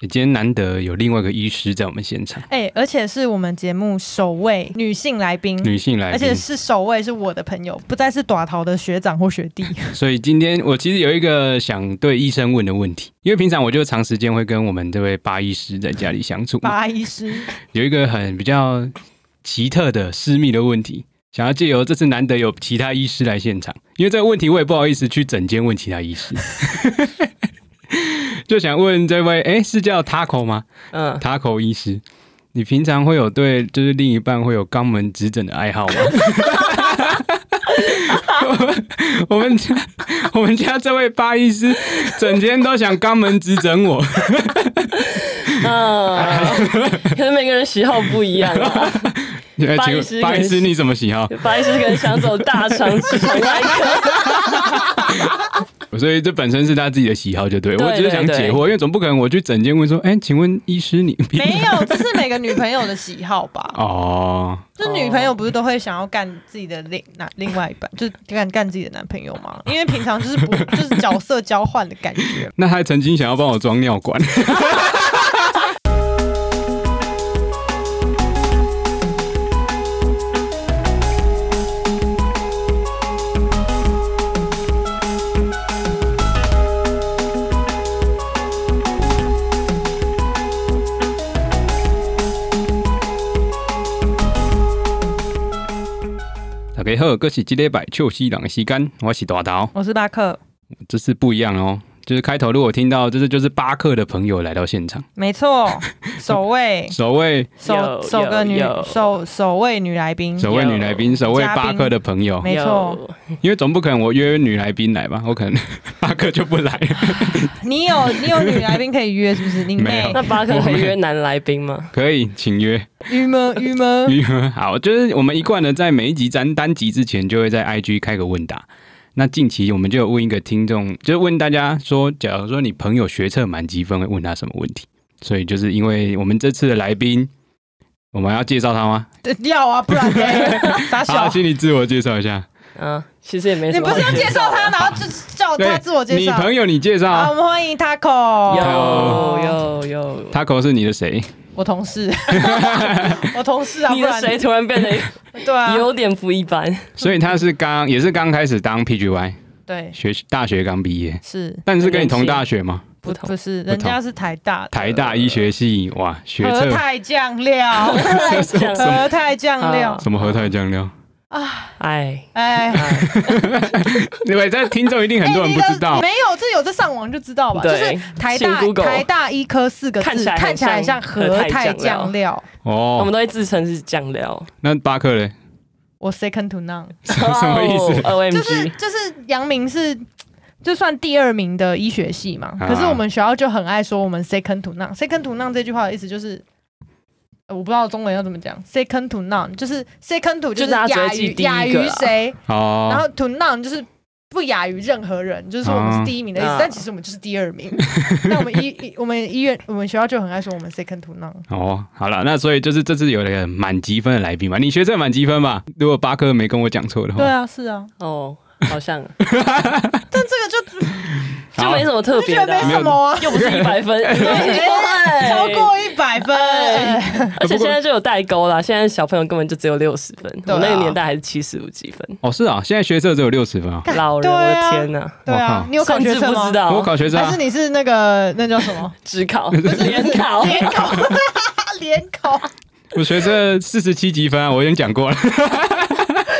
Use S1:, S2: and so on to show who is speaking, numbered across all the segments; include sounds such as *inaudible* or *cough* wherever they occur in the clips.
S1: 今天难得有另外一个医师在我们现场，
S2: 哎、而且是我们节目首位女性来宾，
S1: 女性来
S2: 嗯而且
S1: 宾，
S2: 是首位是我的朋友，不再是短桃的学长或学弟。 *laughs*
S1: 所以今天我其实有一个想对医生问的问题，因为平常我就长时间会跟我们这位巴医师在家里相处，
S2: 八医师，
S1: *laughs* 有一个很比较奇特的私密的问题，想要借由这次难得有其他医师来现场，因为这个问题我也不好意思去整间问其他医师， *laughs* 就想问这位，哎、是叫 Taco 吗
S3: *laughs* 嗯，
S1: ？Taco 医师，你平常会有对就是另一半会有肛门指诊的爱好吗？ *laughs* 我们家我们家这位巴医师整天都想肛门指诊
S3: *laughs*
S1: 我，
S3: 啊，
S1: 嗯
S3: 可能每个人喜好不一样
S1: *laughs*
S3: 啊。
S1: 哎
S3: 巴
S1: 请
S3: 医
S1: 问
S3: 师
S1: 巴
S3: 可
S1: 医
S3: 能
S1: 师
S3: 是
S1: 你怎么喜好？
S3: 白石可能想走大肠直肠外科，
S1: 所以这本身是他自己的喜好，就对
S3: 对
S1: 我只是想解
S3: 对
S1: 惑，因为总不可能我去整间问说，哎、请问医师你
S2: 没有，这是每个女朋友的喜好吧？
S1: 哦，
S2: 就女朋友不是都会想要干自己的另那另外一半，就是干干自己的男朋友嘛？因为平常就是不就是角色交换的感觉。
S1: 那他曾经想要帮我装尿管，大家好，我是这礼拜秋西郎的时间，我是大头。
S2: 我是巴克，
S1: 这次不一样哦。就是开头，如果听到，这是就是巴克的朋友来到现场，
S2: 没错，首位
S1: 首位
S2: 首
S3: 有
S2: 首个女
S3: 有有
S2: 首首位女来宾，
S1: 首位女来宾，首位巴克的朋友，
S2: 没错
S1: 因为总不可能我约女来宾来吧，我
S2: *laughs*
S1: 可能巴克就不来。
S2: 你有你有女来宾可以约是不是？你
S1: 没
S2: 妹
S1: 有
S3: 有。那巴克可以约男来宾吗？
S1: 可以，请约。 *laughs*
S2: 郁闷郁闷，
S1: 约好，就是我们一贯的在每一集咱单集之前，就会在 IG 开个问答。那近期我们就有问一个听众，就是问大家说，假如说你朋友学测满积分，会问他什么问题？所以就是因为我们这次的来宾，我们要介绍他吗？
S2: 对要啊，不然呢傻
S1: 好，
S2: 小。
S1: 请你自我介绍一下。
S3: 嗯，其实也没
S2: 你
S3: 什么
S2: 不
S3: 好
S2: 是
S3: 介
S2: 要
S3: 绍的。
S2: 介绍他，然后就叫
S1: 对
S2: 他自我介
S1: 你
S2: 绍。
S1: 朋友你介绍
S2: 好，我
S1: 啊
S2: 们欢迎 Taco，
S3: 有有有，
S1: ，Taco 是你的
S3: *laughs*
S1: 谁？
S2: 我同事，我同事啊，
S3: 你
S2: 不
S3: 的
S2: 然
S3: 谁突然变得
S2: 对 *laughs* 啊，
S3: 有点不一般？
S1: 所以他是刚也是刚开始当 PGY
S2: 对
S1: 学大学刚毕业，
S2: 是
S1: 但是跟你同大学吗？
S2: 不
S3: 不
S2: 不
S3: 同
S2: 是，人家是台大的
S1: 台大医学系
S3: 呃
S1: 哇，学
S2: 和
S1: 测
S2: 泰酱料，
S3: 这样，
S2: 和泰酱料
S3: 啊，
S1: *laughs* 什么和泰酱料？
S3: 哎，
S2: 哎。
S3: *laughs* 哎
S1: 对，这听众一定很多人不知
S3: *laughs*
S2: 哎
S1: 道
S2: 你，没有，这有这上网就知道吧？就
S3: 对
S2: 是台大
S3: 请 Google
S2: 台大医科四个字，
S3: 看起来很
S2: 看起来很像
S3: 像
S2: 和泰酱
S3: 和泰酱
S2: 料。
S3: 我
S1: 哦
S3: 们。都会自称是酱
S1: *laughs*
S3: 料，
S1: 那巴克嘞？
S2: 我 second to none，
S3: 什
S1: 么意思
S3: ？O 哦 M
S2: 就是
S3: G，
S2: 就是阳明是。就算第二名的医学系嘛，
S1: 啊
S2: 可是我们学校就很爱说我们 second to none。second to none 这句话的意思就是，呃我不知道中文要怎么讲。second to none 就是 second to
S3: 就是大家只会
S2: 亚
S3: 记
S2: 于
S3: 第一个啊
S2: 亚于谁，然
S1: 哦，
S2: 后 to none 就是不亚于任何人，就是说我们是第一名的意思，
S3: 啊
S2: 但其实我们就是第二名。 *laughs* 但我们医医我们医院我们学校就很爱说我们 second to none。
S1: 哦，好了，那所以就是这次有了个满积分的来宾嘛，你学测满积分吧？如果巴克没跟我讲错的话
S2: 对，啊，是啊，
S3: 哦，好像
S2: 但这个就
S3: 就没什么特
S2: 就
S3: 别
S2: 觉得
S3: 的
S2: 没
S3: 啊，
S2: 什么啊，
S3: 又不是一
S2: *laughs*
S3: 百分， *laughs*
S2: 哎超过一百分。
S3: 哎 *laughs* 而且
S1: 不过
S3: 现在就有代沟啦，现在小朋友根本就只有六十分，
S2: 对啊
S3: 我那个年代还是七十五几分。
S1: 哦，是啊，现在学测只有六十分啊，
S3: 老
S2: 对
S3: 人，我
S2: 啊
S3: 的天哪！
S2: 对
S1: 我
S2: 啊
S1: 靠，
S2: 你有考
S3: 甚
S2: 学
S3: 至
S2: 测
S3: 不
S2: 吗
S3: 知？道
S1: 我考学测
S2: 还
S1: 啊
S2: 是，你是那个那叫什么？
S1: *laughs*
S3: 只考
S2: 不是
S3: 联考，
S2: *laughs* 联考，联
S3: *laughs*
S2: 考，
S1: 我学测四十七积分啊，我已经讲过了。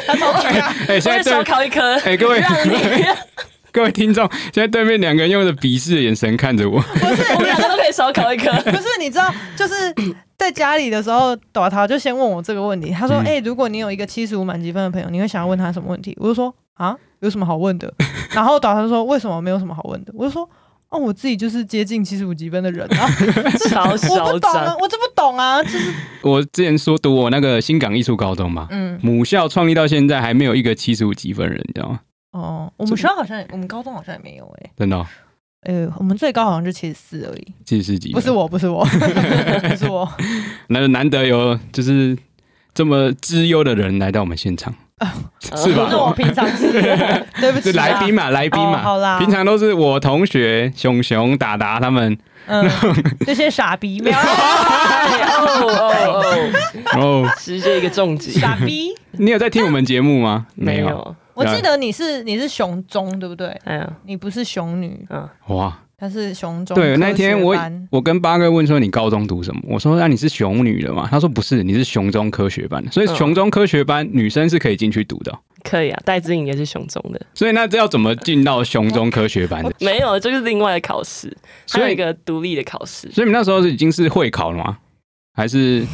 S2: 他超强啊！
S1: 哎，现在
S3: 我也
S1: 对
S3: 少考一科。
S1: 哎各位
S3: 让你
S1: 各位听众，现在对面两个人用着鄙视的眼神看着我。 *laughs*
S2: 不是
S3: 我们两个都可以少
S2: *laughs*
S3: 考一科。
S2: 不是，你知道，就是在家里的时候，朵桃就先问我这个问题。他说：“
S1: 嗯
S2: 哎、如果你有一个七十五满积分的朋友，你会想要问他什么问题？”我就说：“啊，有什么好问的？”然后朵桃就说：“为什么没有什么好问的？”我就说。哦，我自己就是接近七十五积分的人
S3: *laughs*
S2: 啊，
S3: 超
S2: 我不
S3: 嚣
S2: 懂啊
S3: 张，，
S2: 我就不懂啊，就是
S1: 我之前说读我那个新港艺术高中嘛，
S2: 嗯，
S1: 母校创立到现在还没有一个七十五积分人，你知道吗？
S2: 哦，我们学校好像也，我们高中好像也没有哎、
S1: 真的、哦，
S2: 呃，我们最高好像就七十四而已，
S1: 七十几，
S2: 不是，我，不是我，不是我，
S1: 那就难得有就是这么资优的人来到我们现场。是吧
S2: 那我平常是，对不起
S1: 就
S2: 啊，
S1: 来宾嘛，来宾嘛，
S2: 哦好啦
S1: 平常都是我同学熊熊、达达他们，
S2: 嗯，这些傻逼，没有啊
S3: 哦哦哦，
S1: 哦，
S3: 直接一个重
S2: *laughs*
S3: 击，
S2: 傻逼。
S1: 你有在听我们节目吗？
S3: 没
S1: 有，
S3: 有，
S2: 我记得你是你是熊中对不对？
S3: 哎呀，
S2: 你不是熊女，
S3: 嗯，
S1: 哇，
S2: 她是熊中科学
S1: 对，
S2: 班。
S1: 那天我我跟八哥问说你高中读什么？我说啊那你是熊女的嘛？他说不是，你是熊中科学班的，所以
S3: 嗯
S1: 熊中科学班女生是可以进去读的哦。
S3: 可以啊，戴志颖也是雄中
S2: *laughs*
S3: 的，
S1: 所以那这要怎么进到熊中科学班的？ *laughs*
S3: 没有，这、就是另外的考试，还
S1: 所
S3: 有
S1: 以
S3: 一个独立的考试。
S1: 所以你那时候是已经是会考了吗？还
S2: *laughs*
S1: 是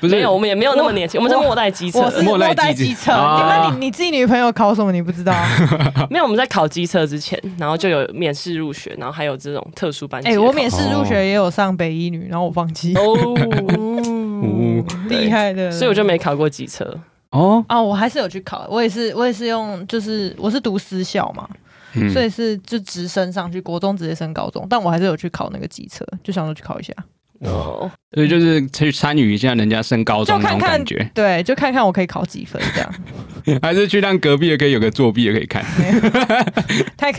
S1: 不是
S3: 没有，我们也没有那么年轻，我
S2: 我
S3: 们是末代机测
S2: 我，是
S1: 莫
S2: 莫
S1: 奈
S2: 代
S1: 基
S2: 基
S1: 地
S2: 测，你
S1: 啊
S2: 们你你自己女朋友考什么你不知道啊？
S3: 没有，我们在考机测之前，然后就有免试入学，然后还有这种特殊班级
S2: 哎、
S3: 的考试。
S2: 我免试入学也有上北一女，然后我放弃，
S3: 哦，
S1: 哦
S2: 厉害的。
S3: 所以我就没考过机测。
S1: 哦，
S2: 啊，我还是有去考，我也是我也是用，就是我是读私校嘛，
S1: 嗯
S2: 所以是就直升上去，国中直接升高中，但我还是有去考那个机测，就想说去考一下，
S3: 哦，
S1: 所以就是去参与一下人家升高中
S2: 就
S1: 那
S2: 看
S1: 种
S2: 看
S1: 感觉， *laughs*
S2: 对，就看看我可以考几分这样。 *laughs*
S1: 还是去让隔壁的可以有个作弊的可以看。
S2: 太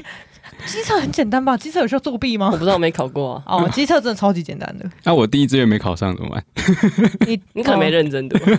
S2: 机测很简单吧？机测有需要作弊
S3: 我
S2: 吗
S3: 不？知道，我没考过啊，
S1: *laughs*
S2: 哦，机测真的超级简单的，
S1: 那我第一志愿没考上怎么办？ *laughs*
S2: 你
S3: 你可能没认真读。
S2: 哦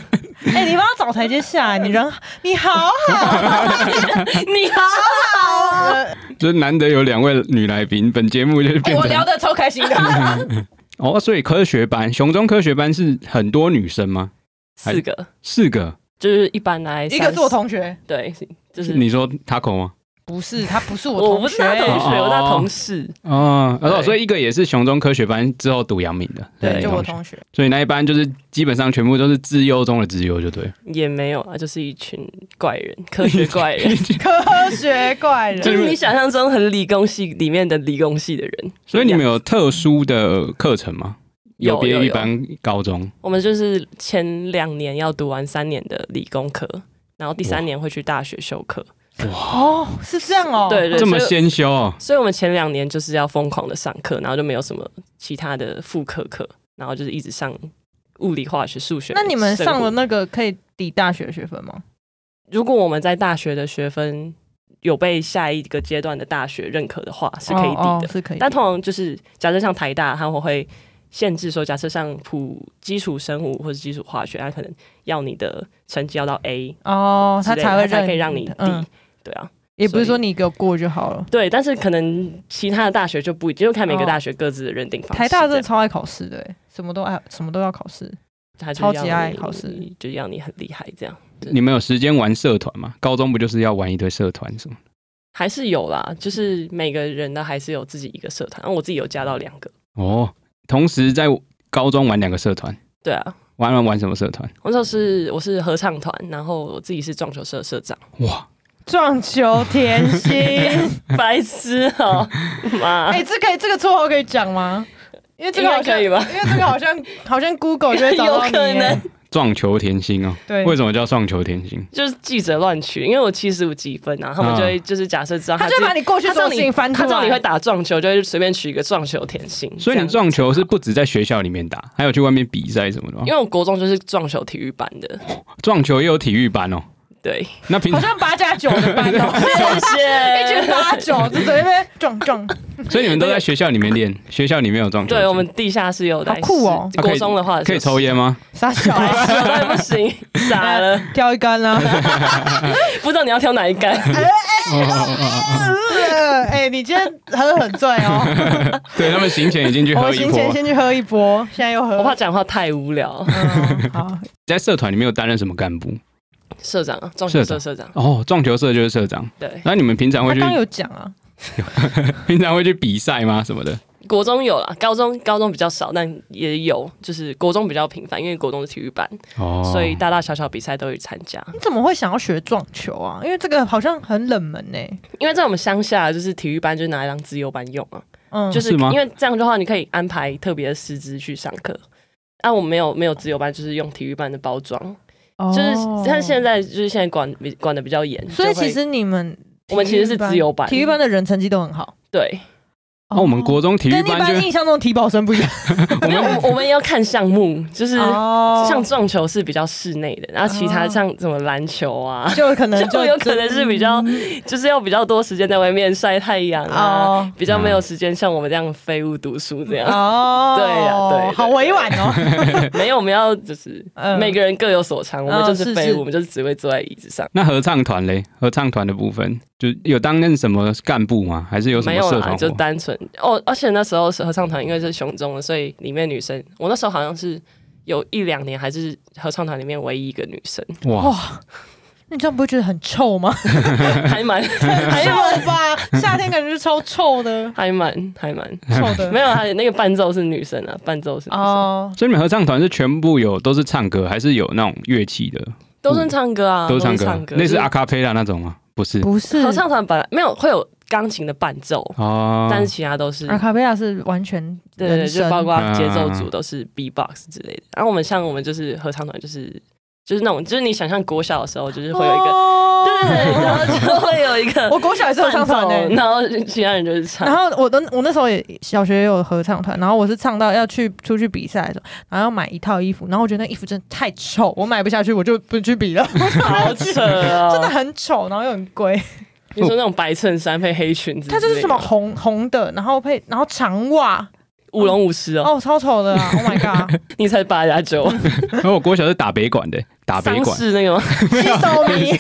S2: 哎、你帮他找台阶下，你人你好
S3: *laughs* 你好，
S2: 好
S1: *laughs*
S2: 啊，
S1: 就是难得有两位女来宾，本节目就是变
S2: 哎我
S1: 成
S2: 聊的超开心的。
S3: *laughs*
S1: 哦，所以科学班熊中科学班是很多女生吗？
S3: 四个
S1: 四个？
S3: 就是一般来，
S2: 一个是我，同学，
S3: 对，就是
S1: 你说 taco 吗？
S2: 不是他，不是我
S3: 我
S2: 同
S3: 不是
S2: 学，
S3: 他同
S1: 哦
S3: 学，我那同事，
S1: 哦，
S3: 对
S1: 哦，所以一个也是熊中科学班之后读阳明的，
S3: 对
S1: 那你
S2: 就我
S1: 学
S2: 同学。
S1: 所以那一班就是基本上全部都是自优中的自优，就对。
S3: 也没有啊，就是一群怪人，科学
S1: *laughs*
S3: 怪人，
S2: 科学怪
S3: 就
S2: 人，
S3: 是你想象中很理工系里面的理工系的人。
S1: 所以你们有特殊的课程吗？
S3: 有
S1: 有别
S3: 有
S1: 于一
S3: 有
S1: 般高中
S3: 我们就是前两年要读完三年的理工科，然后第三年会去大学修课。
S2: 哦，是这样哦，
S3: 对对，
S1: 这么
S3: 所以
S1: 先修哦。
S3: 所以我们前两年就是要疯狂的上课，然后就没有什么其他的副课课，然后就是一直上物理、化学、数学。
S2: 那你们上了
S3: 生物？
S2: 那个可以抵大学的学分吗？
S3: 如果我们在大学的学分有被下一个阶段的大学认可的话，是可以抵的。
S2: 哦哦是可以抵。
S3: 但通常就是假设像台大，他们会限制说，假设像普基础生物或者基础化学，他可能要你的成绩要到 A
S2: 哦，
S3: 之类的，
S2: 才会
S3: 他才
S2: 认，
S3: 可以让你低。
S2: 嗯，
S3: 对啊，
S2: 也不是
S3: 所
S2: 说
S3: 以
S2: 你给我过就好了。
S3: 对，但是可能其他的大学就不一定，就看每个
S2: 哦
S3: 大学各自的认定方式。
S2: 台大真
S3: 这
S2: 的
S3: 样
S2: 超爱考试的，欸什么都爱，什么都要考试。
S3: 他就
S2: 超级
S3: 要你
S2: 爱考试，
S3: 就要你很厉害这样。
S1: 你们有时间玩社团吗？高中不就是要玩一堆社团什么？
S3: 还是有啦，就是每个人的还是有自己一个社团，然后啊我自己有加到两个。
S1: 哦，同时在高中玩两个社团，
S3: 对啊，
S1: 玩玩玩什么社团？
S3: 我那时候是我是合唱团，然后我自己是撞球社社
S2: *laughs*
S3: 长，
S1: 哇，
S2: 撞球甜
S3: *laughs*
S2: 心，
S3: 白痴哦、妈，
S2: *laughs* 哎，这可以，这个绰号可以讲吗？因为这个好像
S3: 应该可以
S2: 因为这个好像好像 Google 就
S3: *laughs*
S2: 会找到你。
S3: 有可能
S2: 欸
S1: 撞球甜心哦。
S2: 对，
S1: 为什么叫撞球甜心？
S3: 就是记者乱取，因为我七十五几分啊，他们就会就是假设知道
S2: 嗯他
S3: 自
S2: 就
S3: 己
S2: 把你过去
S3: 他知
S2: 做
S3: 道
S2: 的事
S3: 你
S2: 情翻出
S3: 他
S2: 来。
S3: 知道你会打撞球，就会随便取一个撞球甜心。
S1: 所以
S3: 这
S1: 你
S3: 样，
S1: 撞球是不止在学校里面打，还有去外面比赛什么的吗
S3: 因。为我国中就是撞球体育班的，
S1: 撞球也有体育班哦。
S3: 对，
S1: 那平
S2: *laughs* 好
S1: 常
S2: 像八加九的班哦，
S3: *laughs*
S2: 一
S3: 谢
S2: 群八九，就在那边撞
S3: *laughs*
S2: 撞。
S1: 所以你们都在学校里面练，学校里面有撞球机。
S3: 对我们地下室有
S2: 好
S3: 来
S2: 酷哦
S3: 国中的话
S1: 啊可以抽
S3: 烟，
S1: 烟
S3: *laughs*
S1: 吗？
S2: 傻小
S3: 白
S2: 啊，
S3: 痴我当然不行，傻了，
S2: 挑呃一杆
S3: *laughs*
S2: 啦！
S3: 不知道你要挑哪
S2: *laughs*
S3: 一杆。
S2: 哎，你今天喝很醉
S3: *laughs*
S2: 哦。
S1: 对他们行前已经去
S2: 我
S1: 喝一
S2: 哦行
S1: 波
S2: 前。先去喝一波，现在又
S3: 我怕
S2: 喝。
S3: 讲话太无聊，
S2: 嗯，
S3: *laughs*
S2: 好，
S1: 在社团里面有担任什么干部？
S3: 社长啊，撞球
S1: 社
S3: 社社长，
S1: 哦，撞球社就是社长。
S3: 对，
S1: 那你们平常
S2: 他
S1: 会去
S2: 刚有讲啊，
S1: 平常会去比赛吗？什么的？
S3: 国中有啦，高中高中比较少，但也有，就是国中比较频繁，因为国中是体育班，
S1: 哦，
S3: 所以大大小小比赛都有参加。
S2: 你怎么会想要学撞球啊？因为这个好像很冷门呢。
S3: 因为在我们乡下，就是体育班就是拿来当自由班用啊，
S2: 嗯，
S3: 就是是
S1: 是吗
S3: 因为这样的话，你可以安排特别的师资去上课。啊，我们没有没有自由班，就是用体育班的包装，
S2: 哦
S3: 就是但现在就是现在管比管的比较严，
S2: 所以
S3: 就会
S2: 其实你们
S3: 我们其实是自由班哦
S2: 体育班的人成绩都很好。哦
S3: 对
S1: 那哦我们国中体育
S2: 跟一
S1: 班就
S2: 般印象中的体保生不一样，
S3: 没有，我们我们也要看项目，就是
S2: 哦
S3: 像撞球是比较室内的，然后其他
S2: 哦
S3: 像什么篮球啊， *laughs*
S2: 就可能就
S3: 就有可能是比较就是要比较多时间在外面晒太阳啊
S2: 哦，
S3: 比较没有时间像我们这样废物读书这样。
S2: 哦，
S3: 对呀对对啊
S2: 好委婉哦， *laughs*
S3: 没有，我们要就是
S2: 嗯
S3: 每个人各有所长，我们
S2: 嗯
S3: 就是
S2: 是
S3: 废
S2: 是
S3: 物，我们就是只会坐在椅子上。
S1: 那合唱团嘞？合唱团的部分就有担任什么干部吗？还是有什
S3: 没
S1: 么
S3: 有
S1: 社
S3: 啦，
S1: 团
S3: 就
S1: 活？
S3: 单纯哦。而且那时候是合唱团，因为是雄中的，所以里面女生，我那时候好像是有一两年还是合唱团里面唯一一个女
S1: *laughs*
S3: 生，
S1: 哇，
S2: 哇。那你这样不会觉得很臭吗？
S3: 还蛮还
S2: 臭
S3: 蛮
S2: 吧， *laughs* 夏天感觉是超臭 *laughs* 的，
S3: 还蛮还蛮
S2: 臭的。
S3: 没有，还那个伴奏是女生啊，伴奏是女生，
S2: 哦，
S1: 所以你们合唱团是全部有都是唱歌，还是有那种乐器的？
S3: 都是唱歌啊，
S1: 嗯都是唱
S3: 歌，
S1: 歌，类似
S3: 就
S1: 阿卡贝拉那种吗？不是
S2: 不是
S3: 合唱团本来没有会有钢琴的伴奏，
S1: 哦，
S3: 但是其他都是
S2: 阿卡贝拉是完全
S3: 对对，
S2: 人
S3: 对就
S2: 声，
S3: 包括节奏
S1: 嗯嗯
S3: 组
S1: 嗯
S3: 都是 B-box 之类的。然后我们像我们就是合唱团，就是就是那种就是你想象国小的时候，就是会有一个、
S2: 个
S3: 对对对，然后就会有一个
S2: 哦我国小也是合唱
S3: *laughs*
S2: 欸团
S3: 伴奏
S2: 的。
S3: 然后其他人就是唱
S2: 然。后我都我那时候也小学也有合唱团，然后我是唱到要去出去比赛的时候，然后要买一套衣服，然后我觉得那衣服真的太丑，我买不下去，我就不去比
S3: *laughs*
S2: 了，
S3: 好扯哦！
S2: 真的，很丑，然后又很贵。
S3: 你说那种白衬衫配黑裙子之
S2: 它
S3: 类的，
S2: 就是什么红红的，然后配然后长袜，
S3: 舞龙舞狮哦？
S2: 哦，超丑的啊！Oh my god，
S3: 你才八加九，
S1: 然后我国小是打北管的，打北
S3: 丧
S1: 管，
S3: 事那个吗？
S2: 洗手迷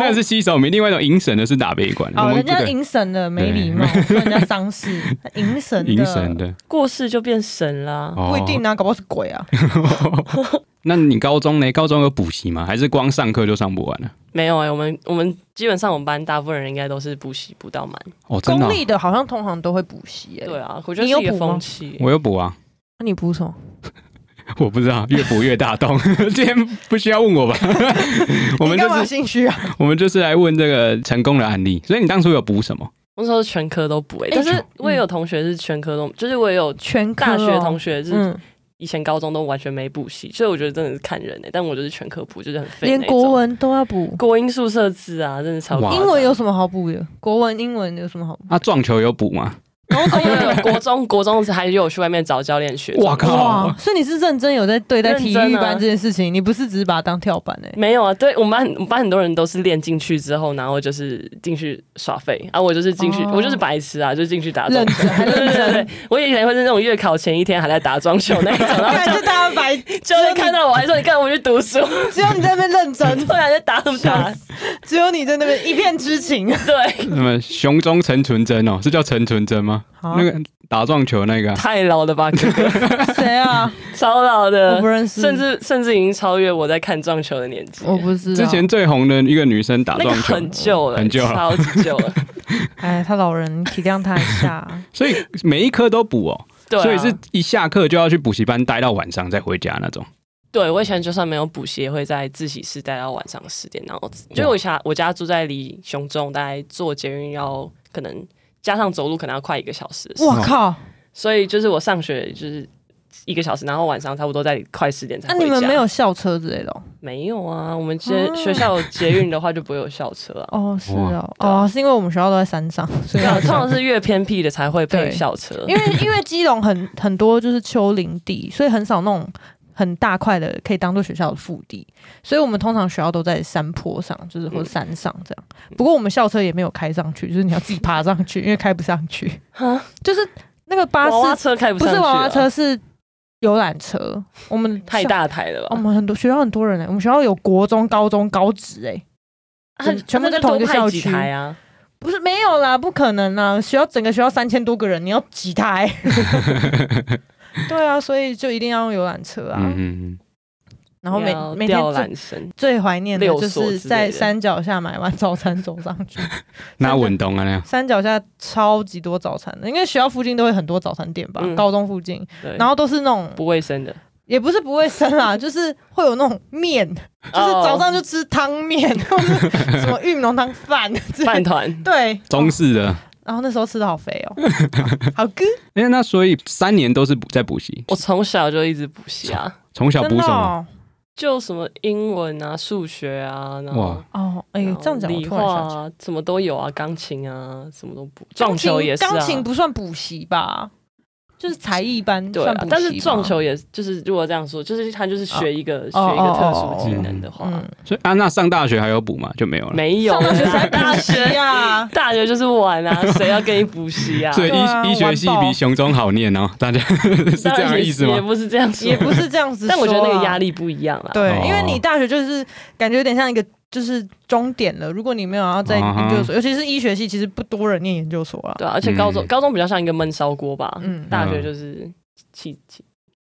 S1: 那个是西手民，另外一种银神的是打北管，我
S2: 哦，
S1: 们
S2: 人
S1: 这
S2: 家
S1: 个
S2: 迎神的没礼貌，说人家丧
S1: *laughs*
S2: 事，迎神的
S1: 银神的
S3: 过世就变神啦。
S1: 哦
S2: 不一定啊，搞不好是鬼啊。
S1: 那你高中呢？高中有补习吗？还是光上课就上不完了？
S3: 没有哎、我们我们基本上我们班大部分人应该都是补习补到满。
S1: 哦，真的
S2: 公
S1: 哦、
S2: 立的好像通常都会补习耶，
S3: 对啊，我觉得
S2: 你有
S3: 是一个
S2: 补吗
S3: 风气。
S1: 我有补啊，
S2: 那你补什么？
S1: 我不知道，越补越大洞。 *laughs* 今天不需要问我吧？ *laughs* 我们
S2: 你干嘛
S1: 就是
S2: 心虚啊？
S1: 我们就是来问这个成功的案例。所以你当初有补什么？
S3: 那时候全科都补、欸，但是我
S2: 嗯
S3: 也有同学是全科都，就是我也有
S2: 全科
S3: 大学同
S2: 学，
S3: 学是
S2: 嗯，
S3: 以前高中都完全没补习，所以我觉得真的是看人诶、欸但我就是全科补，就是很废那
S2: 连
S3: 种。
S2: 国文都要补。
S3: 国英数设置啊，真的超
S1: 哇
S3: 夸张。
S2: 英文有什么好补的？国文、英文有什么好
S1: *laughs*
S2: 补？
S1: 啊，撞球有补吗？
S3: 高中有有国中， *laughs* 国中还有去外面找教练学。
S1: 哇靠！
S2: 所以你是认真有在对待体
S3: 认真
S2: 育
S3: 啊
S2: 班这件事情，你不是只是把它当跳板 *laughs* 哎？
S3: 没有啊，对我们班很我们班很多人都是练进去之后，然后就是进去耍废啊，我就是进去，
S2: 哦
S3: 我就是白痴啊，就进去打撞
S2: 认
S3: 球。 *laughs*
S2: 真还
S3: 对对
S2: 认
S3: 对对
S2: 真，
S3: 对，我以前会是那种月考前一天还在打撞球那一
S2: *laughs*
S3: 种，然后
S2: 感觉大家白，
S3: 教练看到我还说你干嘛去读书？ *laughs*
S2: 只有你在那啊边认 *laughs* 真，
S3: 突然在打什么打？
S2: 只有你在那边一片痴情。
S3: 对，
S1: 什么熊中陈纯真哦？是叫陈纯真吗？
S2: 好
S1: 那个打撞球那个啊
S3: 太老了吧，哥哥
S2: *laughs* 谁啊？
S3: *laughs* 超老
S2: 我
S3: 的
S2: 不，认识，
S3: 甚至甚至已经超越我在看撞球的年纪。
S2: 我不知道。
S1: 之前最红的一个女生打
S3: 那个
S1: 撞球，
S3: 很旧了，
S1: 很旧了
S3: 超级旧
S1: *laughs*
S3: 了。
S2: 哎，他老人体谅他一下。
S1: 所以每一科都补哦。
S3: 对、啊，
S1: 所以是一下课就要去补习班待到晚上再回家那种。
S3: 对我以前就算没有补习，也会在自习室待到晚上十点，然后就是我家我家住在离雄中大概坐捷运要可能加上走路可能要快一个小时的时间，
S2: 哇靠！
S3: 所以就是我上学就是一个小时，然后晚上差不多在快十点才
S2: 那
S3: 回家。
S2: 你们没有校车之类的哦？
S3: 没有啊？我们学、
S2: 哦
S3: 学校有捷运的话就不会有校车
S2: *laughs*
S3: 啊。
S2: 哦，是哦，
S3: 哇
S2: 哦，是因为我们学校都在山上，所以
S3: 对啊，通常是越偏僻的才会配
S2: 对
S3: 校车，
S2: 因为因为基隆很很多就是丘陵地，所以很少那种很大块的可以当做学校的腹地，所以我们通常学校都在山坡上，就是或山上这样。
S3: 嗯
S2: 不过我们校车也没有开上去，就是你要自己爬上去，因为开不上去
S3: *laughs* 哈，
S2: 就是那个巴
S3: 娃娃
S2: 士
S3: 车开不
S2: 不
S3: 上去、
S2: 是
S3: 啊，
S2: 娃娃车，是游览车。我们
S3: 太
S2: 校
S3: 大台了
S2: 哦我
S3: 吧？
S2: 们很多学校很多人呢、欸我们学校有国中、高中、高职哎、
S3: 啊
S2: 全全部
S3: 那
S2: 在
S3: 就
S2: 同一个
S3: 多派几
S2: 校区
S3: 台啊！
S2: 不是没有啦，不可能啦！学校整个学校三千多个人，你要几
S3: *laughs*
S2: 台？对啊，所以就一定要用游览车啊。
S1: 嗯嗯，
S2: 然后每
S3: 要
S2: 每天
S3: 吊
S2: 最
S3: 缆绳，
S2: 最怀念的
S3: 六
S2: 就
S3: 所之
S2: 是
S3: 类
S2: 在
S3: 的
S2: 山脚下买完早餐走上
S3: *laughs*
S2: 去，
S1: 那稳东啊那样。
S2: 山脚下超级多早餐的，因为学校附近都会很多早餐店吧，
S3: 嗯
S2: 高中附近，
S3: 对，
S2: 然后都是那种
S3: 不卫生的，
S2: 也不是不卫生啦， *laughs* 就是会有那种面，就是
S3: 哦
S2: 早上就吃汤
S3: *laughs*
S2: 面，或者是什么玉米浓汤饭之类
S3: 饭
S2: 的。
S3: 团。
S2: 对，哦
S1: 中式的，
S2: 然后那时候吃的好肥
S1: *laughs*
S2: 哦，好哥，
S1: 哎、那所以三年都是补在补习，
S3: 我从小就一直补习啊，
S1: 从小
S2: 真
S1: 补
S2: 的
S1: 什么？
S2: 哦、
S3: 就什么英文啊、数学啊，然后
S1: 哇
S2: 哦，哎、
S3: 然后
S2: 这样讲我
S3: 理
S2: 突然
S3: 化
S2: 想起来，
S3: 啊，什么都有啊，钢琴啊，什么都不，撞
S2: 钢琴
S3: 球也是啊
S2: 钢，琴不算补习吧？就是才艺班
S3: 对
S2: 算
S3: 啊
S2: 补习，
S3: 但是撞
S2: 吗，
S3: 球也就是如果这样说，就是他就是学一个、
S2: 哦
S3: 学一个特殊技能的话，
S2: 嗯，
S1: 所以安娜上大学还有补吗？就没有了。
S3: 没有
S2: 上大学
S3: 啊
S2: 才
S3: 大
S2: 补习
S3: 学。
S2: 啊
S3: *laughs* 大学就是玩啊，谁要跟你补
S1: *laughs*
S3: 习啊？
S1: 所以医、
S2: 对啊
S1: 医学系
S2: 完爆
S1: 比雄中好念哦，大家 *laughs* 是这
S3: 当
S1: 样
S3: 然
S1: 的
S3: 也
S1: 意思吗？
S3: 也不是这样说，
S2: 也不是这啊样子、
S3: 但我觉得那个压
S2: 力，
S3: 力不一样啊啦。
S2: 对，
S1: 哦
S2: 因为你大学就是感觉有点像一个就是终点了。如果你没有要在
S1: 啊
S2: 研究所，尤其是医学系，其实不多人念研究所啊。
S3: 对啊，而且高中、
S1: 嗯
S3: 高中比较像一个闷烧锅吧，
S2: 嗯，
S3: 大学就是气气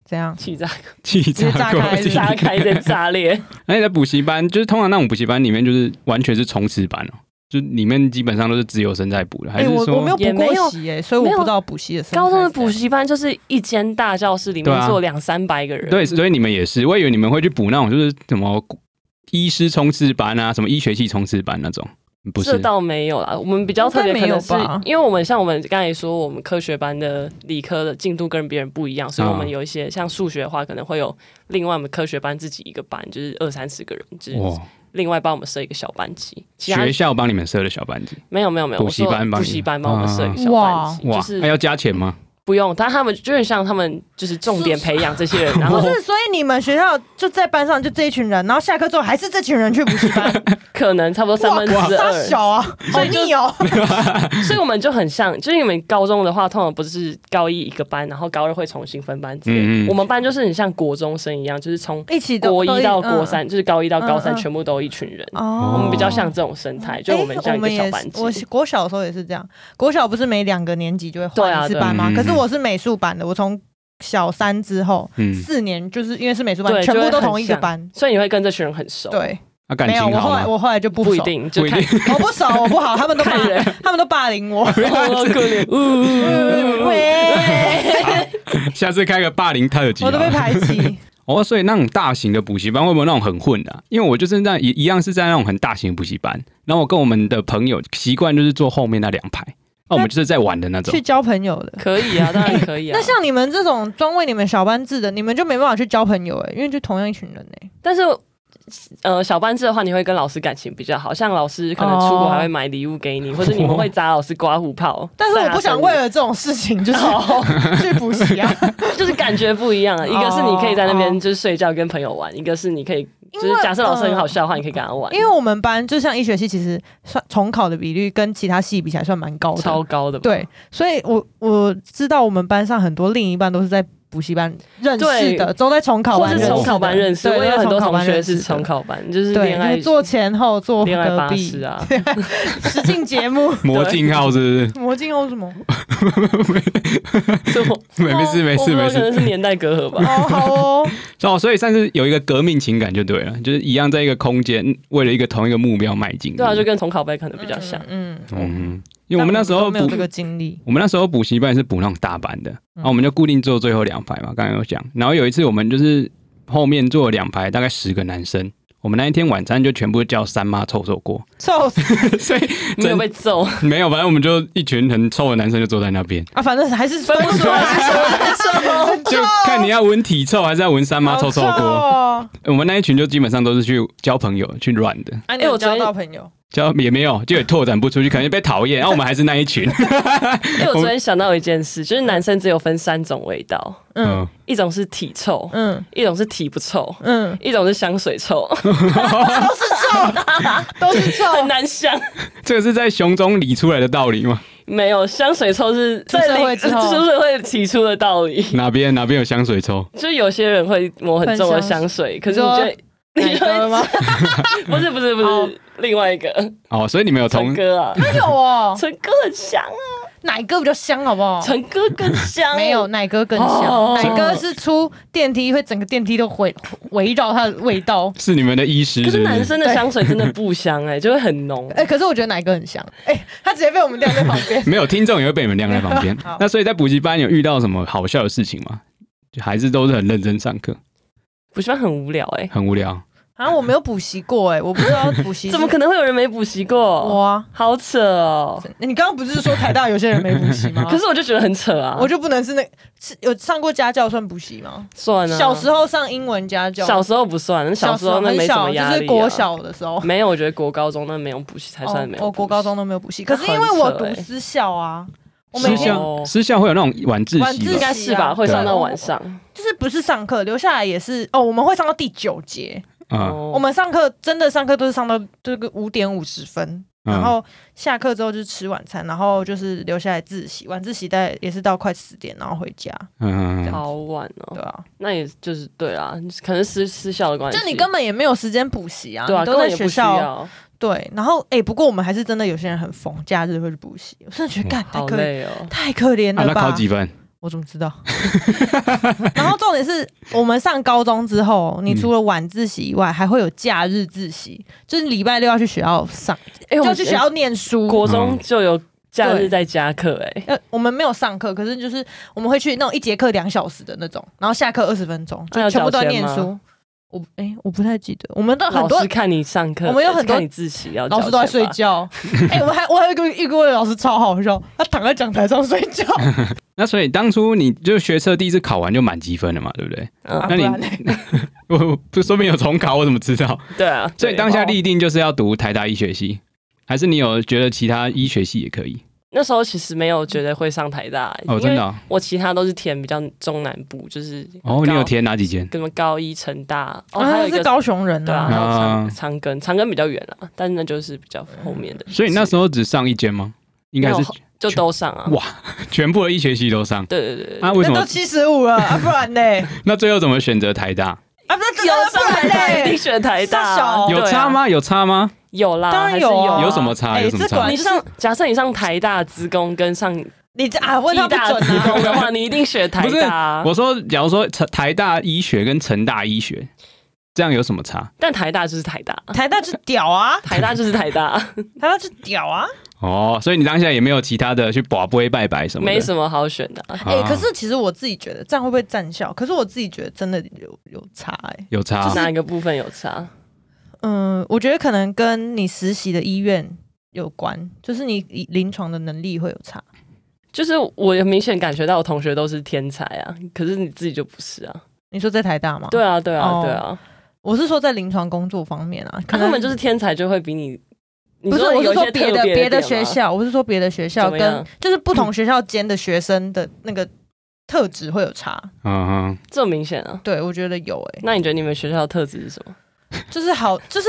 S2: 怎样？
S3: 气炸
S1: 气
S2: 接炸
S1: 炸锅
S2: 开
S1: 气
S3: 炸开再炸裂。
S2: *laughs*
S1: 而且在补习班，就是通常那种补习班里面，就是完全是冲刺班哦，就里面基本上都是自由生在补的，还
S2: 哎、
S1: 是
S2: 我我
S1: 说
S2: 没有补
S3: 也没
S2: 过
S3: 有
S2: 习哎、所以我
S3: 没有
S2: 不知道补习的生态
S3: 高中的补
S2: 是
S3: 习班就是一间大教室里
S1: 对啊
S3: 面坐两三百个人，
S1: 对？所以你们也是，我以为你们会去补那种就是什么医师冲刺班啊，什么医学系冲刺班那种，不
S3: 这
S1: 是？
S3: 倒没有啦。我们比较特别，可能是
S2: 应该没有吧
S3: 因为我们像我们刚才也说，我们科学班的理科的进度跟别人不一样，所以我们
S1: 嗯
S3: 有一些像数学的话，可能会有另外我们科学班自己一个班，就是二三十个人，就是
S1: 哇，
S3: 另外帮我们设一个小班级。其他
S1: 学校帮你们设的小班级，
S3: 没有没有没有，
S1: 补习班
S3: 我说
S1: 帮
S3: 补
S1: 你啊
S3: 习班帮我们设一个小班
S2: 哇
S3: 级，
S1: 哇，哎
S3: 就
S1: 还、
S3: 是
S1: 要加钱吗？
S3: 不用，但他们就很像他们就是重点培养这些
S1: *laughs*
S3: 人，然
S2: 不
S3: 后
S2: 是，所以你们学校就在班上就这一群人，然后下课之后还是这群人去补习班，
S3: *laughs* 可能差不多三分之
S2: 哇，傻
S3: 二。
S2: 小啊，好
S3: 所以就
S2: 腻哦。
S3: *laughs* 所以我们就很像，就是你们高中的话，通常不是高一一个班，然后高二会重新分班之类的。
S1: 嗯嗯
S3: 我们班就是很像国中生一样，就是从
S2: 一起都
S3: 国一到国，
S2: 嗯
S3: 三，就是高一到高
S2: 嗯
S3: 三，
S2: 嗯
S3: 全部都一群人。
S2: 哦，
S3: 我们比较像这种生态，就我们这
S2: 诶
S3: 样
S2: 我们
S3: 一个小
S2: 也
S3: 班
S2: 是，
S3: 级。
S2: 我国小的时候也是这样，国小不是每两个年级就会
S3: 对啊
S2: 换一次班吗？
S1: 对啊
S2: 可是我是美术班的，我从小三之后、
S1: 嗯，
S2: 四年，就是因为是美术班，
S3: 对
S2: 全部
S3: 就
S2: 都
S3: 会很
S2: 同一个班。
S3: 所以你会跟这群人很熟，，
S2: 对，
S1: 那、啊感
S2: 没有，
S1: 情
S2: 我
S1: 好
S2: 后来
S1: 吗？
S2: 我后来就不
S3: 不一
S2: 熟，
S3: 定就
S1: 不一
S3: 看
S1: 定
S2: 我不熟，我不好，他们都霸
S3: *laughs* 看，人。
S2: 他们都霸凌
S3: *laughs*
S2: 我。
S3: 哦可怜 *laughs*
S2: 喂，
S1: *laughs*
S3: 呜
S1: 下次开个霸凌特辑、啊，
S2: 我都被排挤。
S1: 哦，所以那种大型的补习班会不会那种很混的啊、因为我就是那一一样是在那种很大型的补习班，然后我跟我们的朋友习惯就是坐后面那两排，那、我们就是在玩的那种
S2: 去。交朋友的。
S3: *laughs* 可以啊，当然可以啊。
S2: 那像你们这种专为你们小班制的，你们就没办法去交朋友哎、因为就同样一群人哎、
S3: 但是呃，小班制的话，你会跟老师感情比较好，像老师可能出
S2: 哦
S3: 国还会买礼物给你，或者你们会砸老师刮胡泡。
S2: 但是我不想为
S3: 问，
S2: 了这种事情 *laughs* 就是去补习啊，
S3: 就是感觉不一样啊。一个是你可以在那边
S2: 哦
S3: 就是睡觉跟朋友玩，一个是你可以
S2: 因
S3: 就是
S2: 为
S3: 假设老师很好
S2: 嗯
S3: 笑的话，你可以跟他玩，
S2: 因为我们班就像医学系，其实算重考的比率跟其他系比起来算蛮高的，
S3: 超高的吧。
S2: 对，所以我我知道我们班上很多另一半都是在补习班认识的，都在重考
S3: 或
S2: 班
S3: 是
S2: 认识的，
S3: 重考班认识，
S2: 对
S3: 我有很多同学是
S2: 重
S3: 重
S2: 考
S3: 考班，就
S2: 班认识
S3: 是
S2: 的对，
S3: 恋爱
S2: 就是坐前后坐
S3: *laughs* 恋爱
S2: 隔
S3: 巴
S2: 壁
S3: 士，啊， *laughs*
S2: 实境节目
S1: 魔镜号是
S2: *laughs* 魔镜后什么？
S3: 是我 *laughs*
S1: 不是？没事没
S3: 啊我
S1: 事
S3: 不知道
S1: 没
S3: 可能
S1: 事。
S3: 是年代隔
S1: *laughs*
S3: 阂
S2: *laughs*
S3: 吧。
S2: 哦，好哦，
S1: 哦，所以算是有一个革命情感就对了，就是一样在一个空间，为了一个同一个目标迈进。
S3: 对啊，就跟重考班可能比较
S2: 嗯
S3: 像。
S2: 嗯，
S1: 嗯，因为我们那时候
S2: 但我们都没有
S1: 补
S2: 这个嗯经历，
S1: 我们那时候补习班是补那种大班的，然后我们就固定坐最后两排嘛，刚刚有讲。然后有一次我们就是后面坐两排，大概十个男生。我们那一天晚餐就全部叫三妈臭臭锅，
S2: 臭死
S1: 所以
S3: 你有
S2: *laughs*
S3: 被揍，
S1: *laughs* 没有，反正我们就一群很臭的男生就坐在那边，
S2: 啊！反正还是啊分
S3: 不出来是
S2: 手
S1: 就看你要闻体臭还是要闻三妈臭臭锅。
S2: 锅。
S1: 我们那一群就基本上都是去交朋友、去软的，
S2: 哎，
S3: 哎
S2: 我
S3: 我昨
S2: 交
S3: 天
S2: 到朋友，
S1: 交也没有，就也拓展不出去，可能被讨厌。然、啊后我们还是那一群，
S3: *laughs* 因为我昨天想到一件事，就是男生只有分三种味道，
S2: 嗯
S1: 嗯，
S3: 一种是体臭，
S2: 嗯
S3: 一种是体不臭，
S2: 嗯，
S3: 一种是香水臭， *laughs*
S2: 都是臭的，都是 *laughs* 臭
S3: 很难香。
S1: 这个是在熊中理出来的道理吗？
S3: 没有香水臭是
S2: 出社会之后
S3: *laughs* 出社会提出的道理， *laughs*
S1: 哪边哪边有香水臭？
S3: 就是有些人会抹很重的香水，可是你就
S2: 奶
S3: 你就
S2: 哥
S3: 会
S2: 吗？
S3: 不是不是不
S2: 哦
S3: 是另外一个
S1: 哦，所以你们有
S3: 陈
S1: 同
S3: 哥啊，
S2: *laughs* 有哦，
S3: 陈哥很香啊，
S2: 奶哥比较香，好不好？
S3: 陈哥更香，
S2: 没有，奶哥更香，
S3: 哦
S2: 奶哥是出电梯会整个电梯都围围绕它的味道。
S1: 是你们的医师
S3: 可
S1: 是
S3: 是
S1: 不
S3: 男
S1: 是？。
S3: 生的香水真的不香哎，就会很浓。
S2: 哎，可是我觉得奶哥很香，哎，他直接被我们晾在旁边 *laughs*
S1: 没有听众也会被你们晾在旁边
S2: 好。
S1: 那所以在补习班有遇到什么好笑的事情吗？就还是都是很认真上课，
S3: 补习班很无聊哎，
S1: 很无聊。
S2: 啊，我没有补习过哎、我不知道补习是啊
S3: 怎么可能会有人没补习过？
S2: 哇？
S3: 好扯哦！
S2: 你刚刚不是说台大有些人没补习 *laughs* 吗？
S3: 可是我就觉得很扯啊，
S2: 我就不能是那是有上过家教算补习吗？
S3: 算了、
S2: 小时候上英文家教，
S3: 嗯啊小时候不算，小时候那
S2: 很
S3: 没什
S2: 小
S3: 么压力、啊，
S2: 就是国小的时候。
S3: 没有，我觉得国高中那没有补习才算没有
S2: 哦，我
S3: 补习
S2: 国高中都没有补习，可是
S3: 很
S2: 因为我
S3: 扯
S2: 读
S3: 欸
S2: 私校啊，我每
S1: 私
S2: 天
S1: 校私校会有那种晚自
S2: 晚
S1: 习
S2: 自
S1: 吧
S3: 应该是吧，会上到晚上。
S2: 就是不是上课留下来也是哦，我们会上到第九节，
S1: 啊，
S2: 我
S3: 我
S2: 们上课真的上课都是上到这个五点五十分，
S1: 嗯
S2: 然后下课之后就吃晚餐，然后就是留下来自习，晚自习大概也是到快四点，然后回家，
S1: 嗯，嗯嗯
S3: 好晚哦
S2: 对，啊，
S3: 那也就是对啊，可能私私校的关系，
S2: 就你根本也没有时间补习啊，
S3: 对啊，
S2: 你
S3: 根
S2: 都在
S3: 本也不
S2: 学
S3: 需
S2: 校，
S3: 要，
S2: 对，然后哎、不过我们还是真的有些人很疯，假日会去补习，我真的觉得干太
S3: 好
S2: 可怜，
S3: 累哦。
S2: 太可怜
S1: 啊，
S2: 了
S1: 那
S2: 吧？
S1: 考几分？
S2: 我怎么知道？ *laughs* 然后重点是我们上高中之后，
S1: 嗯
S2: 你除了晚自习以外，还会有假日自习，就是礼拜六要去学校上，
S3: 哎，我
S2: 要去学校念书。
S3: 国
S1: 嗯
S3: 中就有假日在家课，哎，
S2: 呃，我们没有上课，可是就是我们会去那种一节课两小时的那种，然后下课二十分钟，
S3: 那
S2: 就
S3: 有
S2: 啊全部都在
S3: 缴
S2: 念
S3: 钱
S2: 书。我哎、我不太记得，我们都很
S3: 老
S2: 多
S3: 师看你上课，呃
S2: 我们有很多
S3: 看你自习要交
S2: 老师都在
S3: 钱
S2: 睡
S3: 吧。
S2: 觉。 *laughs* 哎、我还我还有一个遇过的老师超好笑，他躺在讲台上睡 *laughs* 觉。
S1: 啊那所以当初你就学测第一次考完就满积分了嘛，对不对？
S2: 啊
S3: 嗯，
S1: 那
S2: 不
S1: 你
S2: 然呢
S1: *laughs* 我不说明有重考，我怎么知
S2: *laughs*
S1: 道？
S3: 对啊，
S1: 所以
S3: 对
S1: 当下
S3: 哦
S1: 立定就是要读台大医学系，还是你有觉得其他医学系也可以？
S3: 那时候其实没有觉得会上台大，
S1: 哦，
S3: 因为
S1: 真的哦，
S3: 我其他都是填比较中南部，就是
S1: 哦你有
S3: 高
S1: 填哪几间？
S3: 什么高一、成大，哦，还
S2: 啊
S3: 有
S2: 他
S3: 一
S2: 是
S3: 个
S2: 高雄人
S3: 对啊，
S1: 嗯
S3: 还有
S1: 啊
S3: 长长庚，长庚比较远啊，但是那就是比较后面的，
S1: 所以那时候只上一间吗？应该是
S3: 就都上啊。
S1: 哇全部的医学系都上。
S3: 对对对对，
S1: 啊，为什
S2: 那
S1: 么
S2: 都？七十五了，啊、不然呢？
S1: 那最后怎么选择台大？
S2: 啊，不是
S3: 有
S2: 不
S3: 上台大
S2: 然
S3: 一
S2: 嘞
S3: 定。选台
S2: 上小
S3: 大，
S2: 哦
S1: 有
S3: 对啊
S1: 差？吗？有差吗？
S3: 有啦，
S2: 当
S3: 还
S2: 然
S3: 是有
S2: 啊，
S3: 啊，
S1: 有什么差
S2: 哎
S1: 有什么
S2: 这
S1: 差
S2: 管
S3: 你
S2: 就
S3: 上假设你上台大职工跟上医
S2: 你这啊，问他不
S3: 大
S2: 准
S3: 职
S2: 啊
S3: 工。的话，你一定选台
S1: 不是
S3: 大啊，
S1: 我说，假如说成台大医学跟成大医学，这样有什么差？
S3: 但台大就
S1: *laughs*
S3: 是台大，
S2: 台大就屌啊，
S3: 台大就是台大，
S2: 台大就屌啊。
S1: 哦，所以你当下也没有其他的去保不会拜拜什么的，
S3: 没什么好选的啊。
S2: 哎、
S1: 啊
S2: 可是其实我自己觉得这样会不会占效？可是我自己觉得真的有有差哎、
S1: 有差哦。
S3: 哪一个部分有差？
S2: 嗯，我觉得可能跟你实习的医院有关，就是你以临床的能力会有差。
S3: 就是我有明显感觉到我同学都是天才啊，可是你自己就不是啊。
S2: 你说在台大吗？
S3: 对，啊，对啊，
S2: 哦
S3: 对啊，
S2: 我是说在临床工作方面啊，可
S3: 可
S2: 能
S3: 他们就是天才就会比你，你
S2: 不是，
S3: 说
S2: 我
S3: 有
S2: 是
S3: 一些
S2: 说别的
S3: 特别
S2: 别的
S3: 的
S2: 学
S3: 点吗，
S2: 校，我是说别的学校
S3: 怎么
S2: 跟
S3: 样
S2: 就是不
S3: *clears throat*
S2: 同学校间的学生的那个特质会有差。
S1: 嗯嗯，
S3: 这么明显啊。
S2: 对，我觉得有哎、
S3: 那你觉得你们学校的特质是什么？
S2: 就是好，就是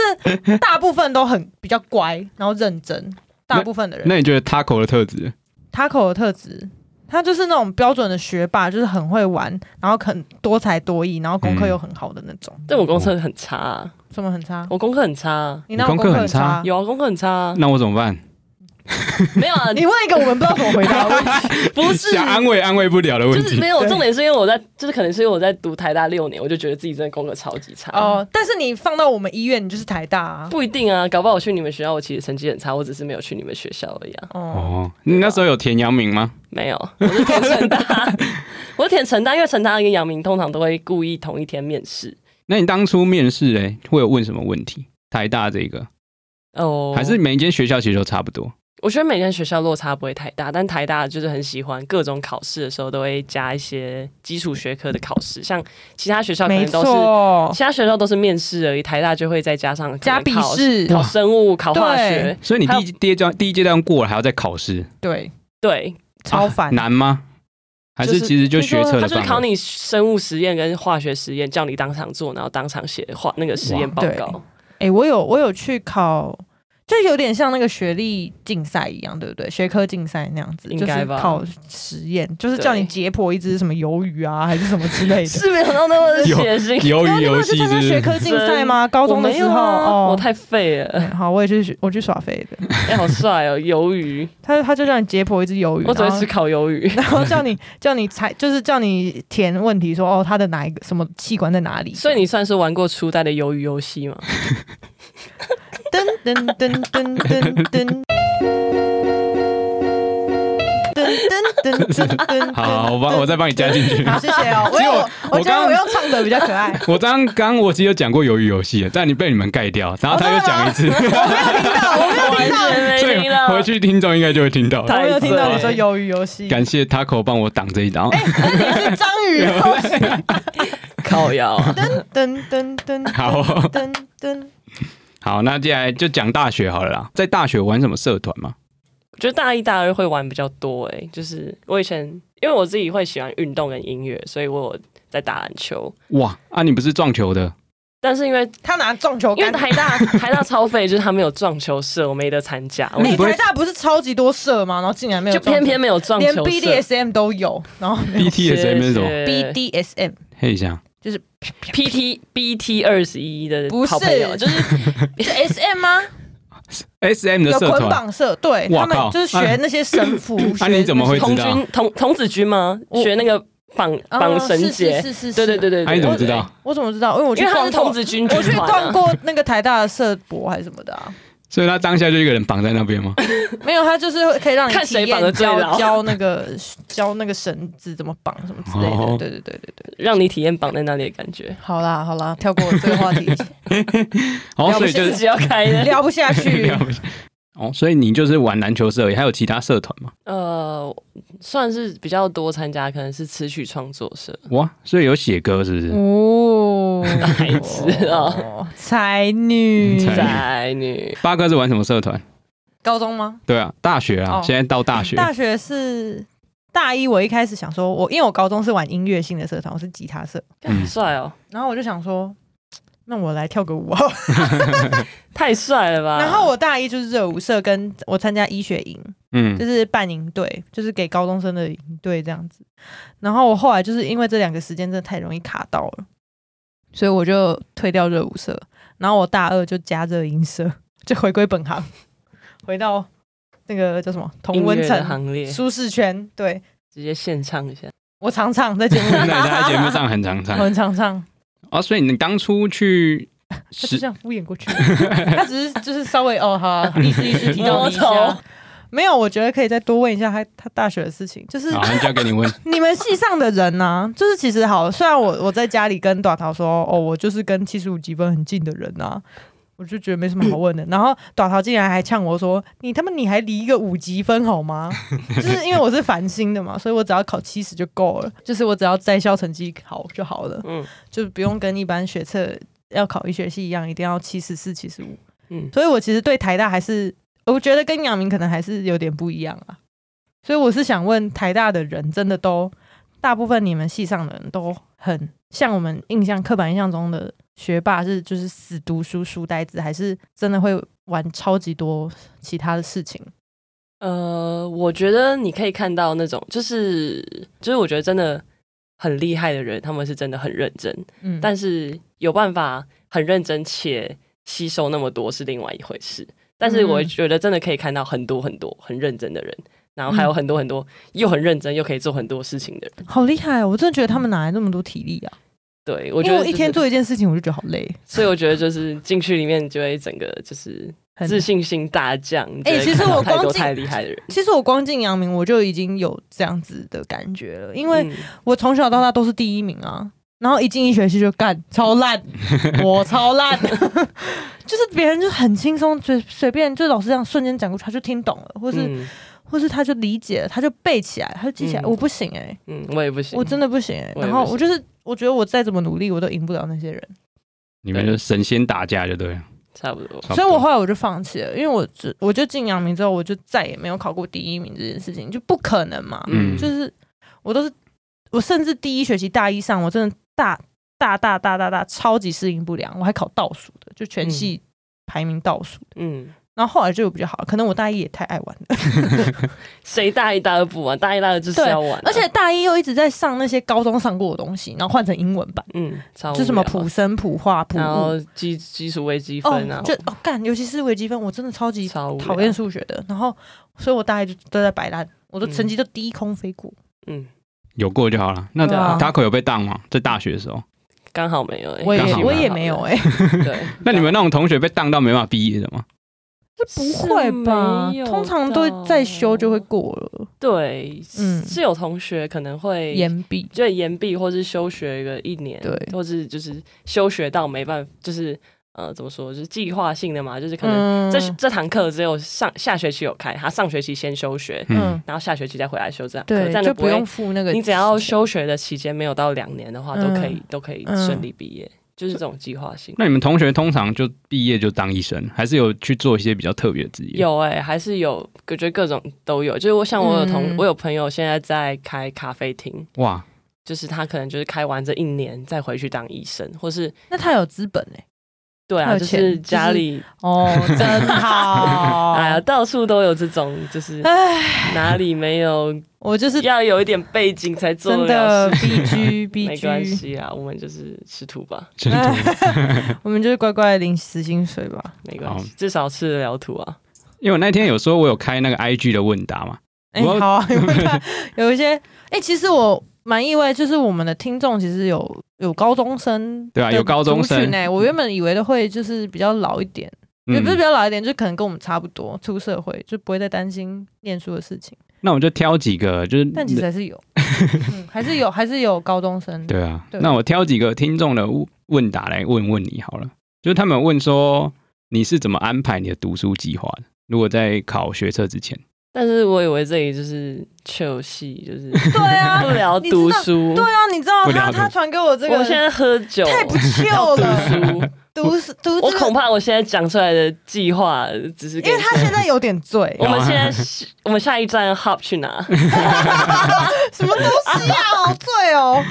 S2: 大部分都很比较乖，然后认真，大部分的人。
S1: 那你觉得 Taco 的特质？
S2: 他口的特质，他就是那种标准的学霸，就是很会玩，然后很多才多艺，然后
S1: 嗯
S2: 功课又很好的那种。
S3: 但我功课很差、啊，
S2: 什么很差？
S3: 我功课很差、啊，
S2: 你那种
S1: 你功课
S2: 课
S1: 很差
S2: 差？
S3: 有啊，功课很
S1: *laughs*
S3: 差、啊，
S1: 那我怎么办？
S3: 没有啊，
S2: 你问一个我们不知道怎么回答的问
S3: *laughs*
S2: 题。
S3: 不是。
S1: 想安慰安慰不了的问
S3: 就是
S1: 题
S3: 没。有，重点是因为我在，就是可能是因为我在读台大六年，我就觉得自己真的功课超级差。哦，
S2: 哦，但是你放到我们医院，你就是台大啊。
S3: 不一定啊，搞不好我去你们学校，我其实成绩很差，我只是没有去你们学校而已啊。
S2: 哦，
S1: 哦，你那时候有填阳明吗？
S3: 没有，我是填
S1: *laughs*
S3: 成大，我是填成大，因为成大跟阳明通常都会故意同一天面试。
S1: 那你当初面试诶，会有问什么问题？台大这个
S3: 哦，
S1: 还是每一间学校其实都差不多。
S3: 我觉得每间学校落差不会太大，但台大就是很喜欢各种考试的时候都会加一些基础学科的考试，像其他学校可
S2: 没
S3: 能都是
S2: 错，
S3: 其他学校都是面试而已，台大就会再加上
S2: 加笔
S3: 可能考
S2: 试，
S3: 考生物、考化
S2: 对
S3: 学，
S1: 所以你
S3: 还
S1: 第一第
S3: 有
S1: 一阶段第一阶段过了，还要再考试，
S2: 对，
S3: 对，
S2: 超烦。
S1: 难吗？还是
S3: 就是
S1: 其实就学测的
S3: 他就是考
S1: 范围？
S3: 你生物实验跟化学实验，叫你当场做，然后当场写化那个实验
S1: 哇
S3: 报
S2: 对
S3: 告。
S2: 哎，我有我有去考。就有点像那个学历竞赛一样，对不对？学科竞赛那样子，
S3: 应
S2: 就
S3: 该
S2: 是
S3: 吧
S2: 考实验，就是叫你
S3: 对
S2: 解剖一只什么鱿鱼啊，还是什么之类的。
S3: *laughs* 是没有到那么
S1: 有
S3: 血
S1: *laughs*
S3: 腥，
S1: 鱿
S2: 那
S1: 鱼
S2: 你有
S1: 游
S2: 去
S1: 戏
S2: 参加
S1: 是
S2: 学科竞赛吗？高中的时候，
S3: 我没有啊
S2: 哦，
S3: 我太废了，
S2: 嗯好，我也去，我去耍飞的。
S3: 哎、好帅哦，鱿鱼，
S2: 他他就叫你解剖一只鱿鱼，啊
S3: 我只
S2: 然
S3: 会
S2: 后。
S3: 吃烤鱿鱼
S2: *laughs* 然后叫你叫你猜，就是叫你填问题说，哦，他的哪一个什么器官在哪里？
S3: 所以你算是玩过初代的鱿鱼游戏吗？
S2: 噔噔噔噔噔噔噔噔噔噔噔噔，
S1: 好，我帮我再帮你加进 *laughs* 去。
S2: 好，谢谢哦。我有，我觉得我用唱的比较
S1: *laughs*
S2: 可爱。
S1: 我刚刚我其实有讲过鱿鱼游戏了，但你被你们盖掉，然后他又讲一次，
S2: 我没有听到，我没有听到，
S1: *laughs* 所以回去听众应该就会听到。
S2: 我没有听到你说鱿鱼游戏。
S1: *laughs* 感谢 Taco 帮我挡这一刀。
S2: 那你是章鱼游戏？
S3: 靠腰，
S2: 噔噔噔
S1: *laughs*
S2: 噔，
S1: 好哦
S2: 噔噔。
S1: 好，那接下来就讲大学好了啦。在大学玩什么社团吗？
S3: 我觉得大一、大二会玩比较多诶、就是我以前因为我自己会喜欢运动跟音乐，所以我有在打篮球。
S1: 哇，啊，你不是撞球的，
S3: 但是因为
S2: 他拿撞球
S3: 因为
S2: 杆，
S3: 台大台大超费，就是他们有撞球社，我没得参加，我
S1: 你
S2: 你
S1: 不会
S2: 台大不是超级多社吗？然后竟然没有
S3: 就
S2: 撞球，
S3: 偏偏没有撞
S2: 连
S3: 球社。
S2: BDSM 都有，然后没有
S1: BTS 那种，
S3: BD
S2: BDSM
S1: 嘿一下，
S2: 就是
S3: PT BT 二十一的
S2: 不
S3: 好朋友，
S2: 是
S3: 哦就是
S2: *laughs* 是 SM 吗？
S1: SM 的
S2: 有
S1: 社
S2: 捆
S1: 团，
S2: 绑社，对
S1: 哇
S2: 他们
S1: 靠哎
S2: 就是学那些神符。
S1: *laughs* 啊
S2: 学
S1: 你怎么会
S3: 童
S1: 知道
S3: 军童童子军吗？
S2: 我
S3: 学那个绑
S2: 啊
S3: 绑绳
S2: 是
S3: 结，
S2: 是是是，是
S3: 对对对。对
S1: 啊，
S3: 对，
S1: 你怎么知道？
S2: 我怎么知道？因为我去
S3: 因为他
S2: 逛
S3: 是童
S2: 过，
S3: 子军
S2: 我
S3: 军
S2: 去
S3: 团
S2: 逛
S3: 啊。
S2: 过那个台大的社博还是什么的啊？
S1: 所以他当下就一个人绑在那边吗？
S2: 没有，他就是会可以让你
S3: *laughs* 看
S2: 体
S3: 谁绑得
S2: 验
S3: 最
S2: 教
S3: 牢
S2: 教那个教那个绳子怎么绑什么之类
S1: 哦
S2: 的。对对对对对，
S3: 让你体验绑在那里的感觉，
S2: 好啦好啦，跳过这个话题， *laughs*
S1: 哦，
S2: 了不
S1: 所以
S2: 起
S1: *laughs* 就
S3: 就是是要开的。
S2: 聊不下去
S1: *laughs* 了。不起哦，所以你就是玩篮球社而已，还有其他社团吗？
S3: *laughs* 呃，算是比较多参加，可能是词曲创作社。
S1: 哇，所以有写歌是不是？
S2: 嗯哦，
S3: *laughs* 孩子啊
S2: 哦，才女，
S1: 嗯才女
S3: 宅女
S1: 八哥是玩什么社团？
S2: 高中吗？
S1: 对啊，大学啊，
S2: 哦
S1: 现在到大学，
S2: 大学是大一，我一开始想说我，因为我高中是玩音乐性的社团，我是吉他社，
S1: 嗯
S3: 很帅哦，
S2: 然后我就想说，那我来跳个舞好了。 *laughs*
S3: 太帅了吧！
S2: 然后我大一就是热舞社，跟我参加医学营，就
S1: 嗯，
S2: 是办营队，就是给高中生的营队这样子。然后我后来就是因为这两个时间真的太容易卡到了，所以我就退掉热舞社，然后我大二就加热音社，就回归本行，回到那个叫什么同
S3: 音
S2: 温
S3: 乐的
S2: 层
S3: 行列，
S2: 舒适圈。对
S3: 直接现唱一下。
S2: 我常常在节
S1: *laughs*
S2: 目
S1: 对，
S2: 里，
S1: 他在节目上很常
S2: 我 *laughs*
S1: 唱
S2: 很常唱，
S1: 哦，所以你当初去
S2: 他就
S1: 实
S2: 这样敷衍过去， *laughs* 他只是就是稍微哦好啊意思意思提到你一
S3: 摸头
S2: 下。没有，我觉得可以再多问一下他他大学的事情，就是
S1: 好，那交给
S2: *laughs*
S1: 你问，
S2: 你们系上的人呢、就是其实好，虽然我我在家里跟短桃说，哦，我就是跟七十五积分很近的人啊，我就觉得没什么好问的。然后短桃竟然还呛我说，你他妈你还离一个五积分好吗？就是因为我是繁星的嘛，所以我只要考七十就够了，就是我只要在校成绩好就好了，
S3: 嗯
S2: 就是不用跟一般学测要考医学系一样，一定要七十四、七十五。
S3: 嗯，
S2: 所以我其实对台大还是，我觉得跟阳明可能还是有点不一样啊。所以我是想问，台大的人真的都，大部分你们系上的人都很像我们印象刻板印象中的学霸是就是死读书书呆子，还是真的会玩超级多其他的事情？
S3: 呃，我觉得你可以看到那种，就是就是，我觉得真的很厉害的人，他们是真的很认真，
S2: 嗯，
S3: 但是有办法很认真且吸收那么多是另外一回事。但是我
S2: 嗯
S3: 觉得真的可以看到很多很多很认真的人，然后还有
S2: 嗯
S3: 很多很多又很认真又可以做很多事情的人。
S2: 好厉害、哦！我真的觉得他们哪来那么多体力啊？
S3: 对我觉
S2: 因为
S3: 得
S2: 我一
S3: 就是
S2: 天做一件事情，我就觉得好累，
S3: 所以我觉得就是进去里面，就会整个就是
S2: 很
S3: 自信心大降。你就
S2: 哎
S3: 会
S2: 其实
S3: 看到
S2: 我
S3: 太
S2: 光
S3: 多
S2: 进
S3: 太厉害的人，
S2: 其实我光进阳明，我就已经有这样子的感觉了，因为
S3: 嗯
S2: 我从小到大都是第一名啊，然后一进一学期就干超
S3: *laughs*
S2: 烂，我超烂， *laughs* 就是别人就很轻松，随随便就老师这样瞬间讲过去，他就听懂了，或是、
S3: 嗯
S2: 或是他就理解了，他就背起来，他就记起来。
S3: 嗯
S2: 我不行哎、
S3: 嗯，我也不行，
S2: 我真的不行哎、
S3: 我也不行
S2: 然后我就是我觉得我再怎么努力，我都赢不了那些人，
S1: 你们就神仙打架就对了，
S3: 差不多。
S1: 差不多
S2: 所以我后来我就放弃了，因为我只我就进阳明之后，我就再也没有考过第一名这件事情，就不可能嘛。
S1: 嗯
S2: 就是我都是我甚至第一学期大一上，我真的大大大大大大超级适应不良，我还考倒数的，就全系排名倒数的。
S3: 嗯，
S2: 然后后来就有比较好了，可能我大一也太爱玩
S3: *laughs*
S2: 了，
S3: 谁大一、大二不玩？大一、大二就是要玩啊、
S2: 而且大一又一直在上那些高中上过的东西，然后换成英文版，
S3: 嗯，超无
S2: 就什么
S3: 聊啊
S2: 普生、普化、普
S3: 然
S2: 物。
S3: 后基基础微积分啊，
S2: 哦，就哦干，尤其是微积分，我真的超级
S3: 超无聊
S2: 讨厌数学的。然后，所以我大一就都在摆烂，我的
S3: 嗯
S2: 成绩都低空飞过。
S3: 嗯，
S1: 有过就好了。那
S2: 对啊
S1: Taco 有被当吗？在大学的时候，
S3: 刚好没有、欸，
S2: 我也
S1: 刚好
S2: 我
S1: 蛮，
S2: 也没有哎、
S3: *laughs* 对
S1: 那你们那种同学被当到没办法毕业的吗？
S2: 这不会吧
S3: 是没？有
S2: 通常都再修就会过了，
S3: 对，
S2: 嗯
S3: 是有同学可能会
S2: 岩壁。
S3: 就延毕或是休学个一年，
S2: 对
S3: 或是就是休学到没办法，就是呃怎么说，就是计划性的嘛，就是可能
S2: 嗯
S3: 这、这堂课只有上下学期有开，他上学期先休学，
S1: 嗯，
S3: 然后下学期再回来修这堂课，
S2: 对
S3: 这，样
S2: 就
S3: 会
S2: 不用付那个钱。
S3: 你只要休学的期间没有到两年的话，都可以
S2: 嗯
S3: 都可以
S2: 嗯
S3: 顺利毕业，就是这种计划性。
S1: 那你们同学通常就毕业就当医生，还是有去做一些比较特别的职业？
S3: 有哎、还是有，我觉得各种都有。就是我像我有同、
S2: 嗯
S3: 我有朋友现在在开咖啡厅，
S1: 哇，
S3: 就是他可能就是开完这一年再回去当医生，或是
S2: 那他有资本哎、
S3: 对
S2: 他
S3: 啊，
S2: 有
S3: 就
S2: 钱
S3: 是
S2: 就是
S3: 家里
S2: 哦，真 *laughs* 好。
S3: 哎呀，到处都有这种，就是哪里没有，
S2: 我就是
S3: 要有一点背景才做
S2: 真
S3: 得了
S2: 的
S3: 事。
S2: B G B
S3: 没关
S2: G，
S3: 系啊，我们就是吃土吧，
S1: 真
S2: 哎
S1: 的， *laughs*
S2: 我们就是乖乖领死薪水吧。
S3: 没关系，至少吃得了土啊。
S1: 因为我那天有说我有开那个 IG 的问答嘛，
S2: 哎、
S1: 我
S2: 好
S1: *laughs*
S2: 啊，有没有看有一些哎、其实我蛮意外，就是我们的听众其实有有高中生，
S1: 对啊有高中生
S2: 哎、我原本以为的会就是比较老一点，
S1: 嗯
S2: 也、不是比较老一点，就可能跟我们差不多，出社会就不会再担心念书的事情。
S1: 那我就挑几个，就是
S2: 但其实还是有，嗯， *laughs* 还是有，还是有高中生。
S1: 对啊，
S2: 嗯对
S1: 那我挑几个听众的问答来问问你好了，就是他们问说你是怎么安排你的读书计划的？如果在考学测之前，
S3: 但是我以为这里就是 chill 系，就是 *laughs*
S2: 对啊，
S3: 不聊
S2: 你知道
S3: 读书。
S2: 对啊，你知道
S1: 不聊
S2: 他
S1: 读
S2: 他传给我这个，
S3: 我现在喝酒，
S2: 太不秀
S3: 读
S2: 了，
S3: 书，
S2: 读是读
S3: 我
S2: 这
S3: 恐
S2: 个，
S3: 怕我现在讲出来的计划只是给
S2: 因为他现在有点醉，
S1: 哦
S3: 我们现
S1: *laughs*
S3: 在是我们下一站 hop 去哪？
S2: 什么东西啊，好醉哦。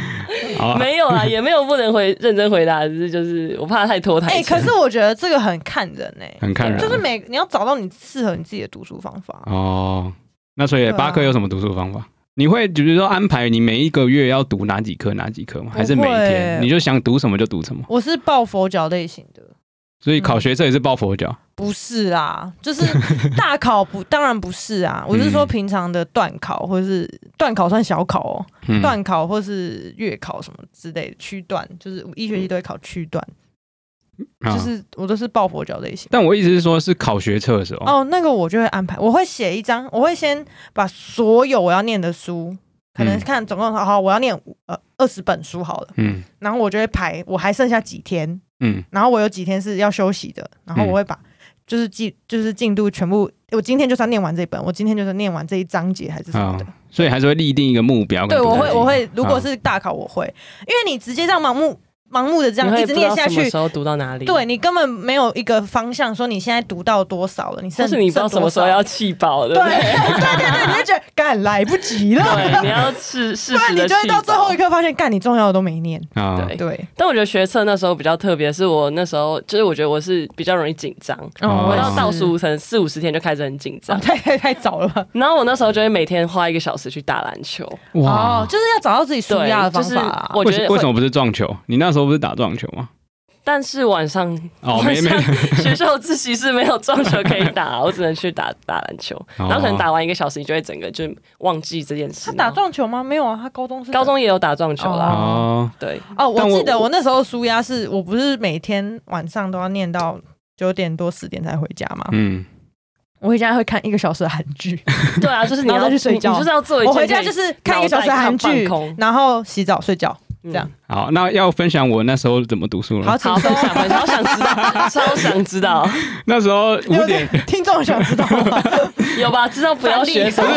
S1: 好啊，
S3: 没有啊，也没有不能回认真回答，只是就是我怕太拖台
S2: 哎，
S3: 前。
S2: 可是我觉得这个很看人哎，
S1: 很看人
S2: 就是每你要找到你适合你自己的读书方法。
S1: 哦，那所以
S2: 对啊
S1: 巴克有什么读书方法？你会比如说安排你每一个月要读哪几科哪几科吗？还是每一
S2: 不
S1: 天
S2: 会
S1: 你就想读什么就读什么？
S2: 我是抱佛脚类型的，
S1: 所以考学测也是抱佛脚，
S2: 不是啊，就是大考不，当然不
S1: *laughs*
S2: 是啊，我是说
S1: 嗯
S2: 平常的段考或是段考算小考哦，
S1: 嗯，
S2: 段考或是月考什么之类的区段，就是我一学期都会考区段，
S1: 啊
S2: 就是我都是抱佛脚类型。
S1: 但我意思是说，是考学测的时候，
S2: 哦，那个我就会安排，我会写一张，我会先把所有我要念的书，可能
S1: 嗯
S2: 看总共好好，我要念五呃二十本书好了，
S1: 嗯
S2: 然后我就会排我还剩下几天，
S1: 嗯，
S2: 然后我有几天是要休息的，然
S3: 嗯
S2: 后我会把就是进就是进度全部，我今天就算念完这本，我今天就是念完这一章节还是什么的。
S1: 所以还是会立定一个目标跟
S2: 对，
S1: 读
S2: 我
S1: 下去。
S2: 会我会，如果是大考我会，因为你直接这样盲目盲目的这
S3: 你
S2: 样
S3: 会
S2: 一
S3: 不
S2: 直
S3: 知
S2: 念
S3: 道
S2: 下
S3: 什么
S2: 去
S3: 时。候读到哪里？
S2: 对，你根本没有一个方向，说你现在读到多少了，你
S3: 就
S2: 甚
S3: 是你不知道什么时候要气饱，对
S2: 对 *laughs*
S3: 不
S2: 对
S3: 对？
S2: 对对，你就觉得干来不及了，*laughs*
S3: 对，你要适适
S2: 不然
S3: 时
S2: 你
S3: 的
S2: 就会
S3: 气
S2: 到最后
S3: 饱
S2: 一。刻发现，干你重要的都没念。
S1: 啊
S3: 对，
S2: 对，
S3: 但我觉得学测那时候比较特别，是我那时候就是我觉得我是比较容易紧张，
S1: 哦
S3: 我
S1: 也
S3: 到
S1: 是
S3: 倒数可能四五十天就开始很紧
S2: 哦
S3: 张。
S2: 太太太早了吧。
S3: 然后我那时候就会每天花一个小时去打篮球，
S2: 哦
S1: 哇，，
S2: 就是要找到自己舒压的方法啊。
S3: 就是我
S1: 为
S3: 觉得会
S1: 为什么不是撞球？你那时候不是打撞球吗？
S3: 但是晚上
S1: 哦
S3: 晚上
S1: 没
S3: *laughs* 学校自习是没有撞球可以
S1: *laughs*
S3: 打，我只能去打打篮球。
S1: 哦
S3: 然后可能打完一个小时，你就会整个就忘记这件事。
S2: 他打
S3: 然后
S2: 撞球吗？没有啊，他高中是
S3: 高中也有打撞球啦，
S1: 哦，
S3: 对，
S2: 哦。我
S1: 但我
S2: 记得我那时候舒压是我不是每天晚上都要念到九点多十点才回家嘛，
S1: 嗯，
S2: 我回家会看一个小时的韩剧，
S3: 对啊，就是你
S2: *laughs* 然后
S3: 要
S2: 再去睡觉
S3: 你你就是要做一
S2: 我
S3: 件
S2: 回家就是看一个小时的韩
S3: 脑袋
S2: 剧
S3: 放空，
S2: 然后洗澡睡觉。
S3: 这
S2: 这样。
S1: 好，那要分享我那时候怎么读书
S2: 好，
S1: 了。
S2: 请
S3: 嗯好，
S2: 说
S3: 分。享分
S2: *laughs*
S3: 享，好想知道，超想知道，
S1: 那时候
S2: 有
S1: 五点，
S2: 听众想知道吗？
S3: 有吧？知道不要学什么，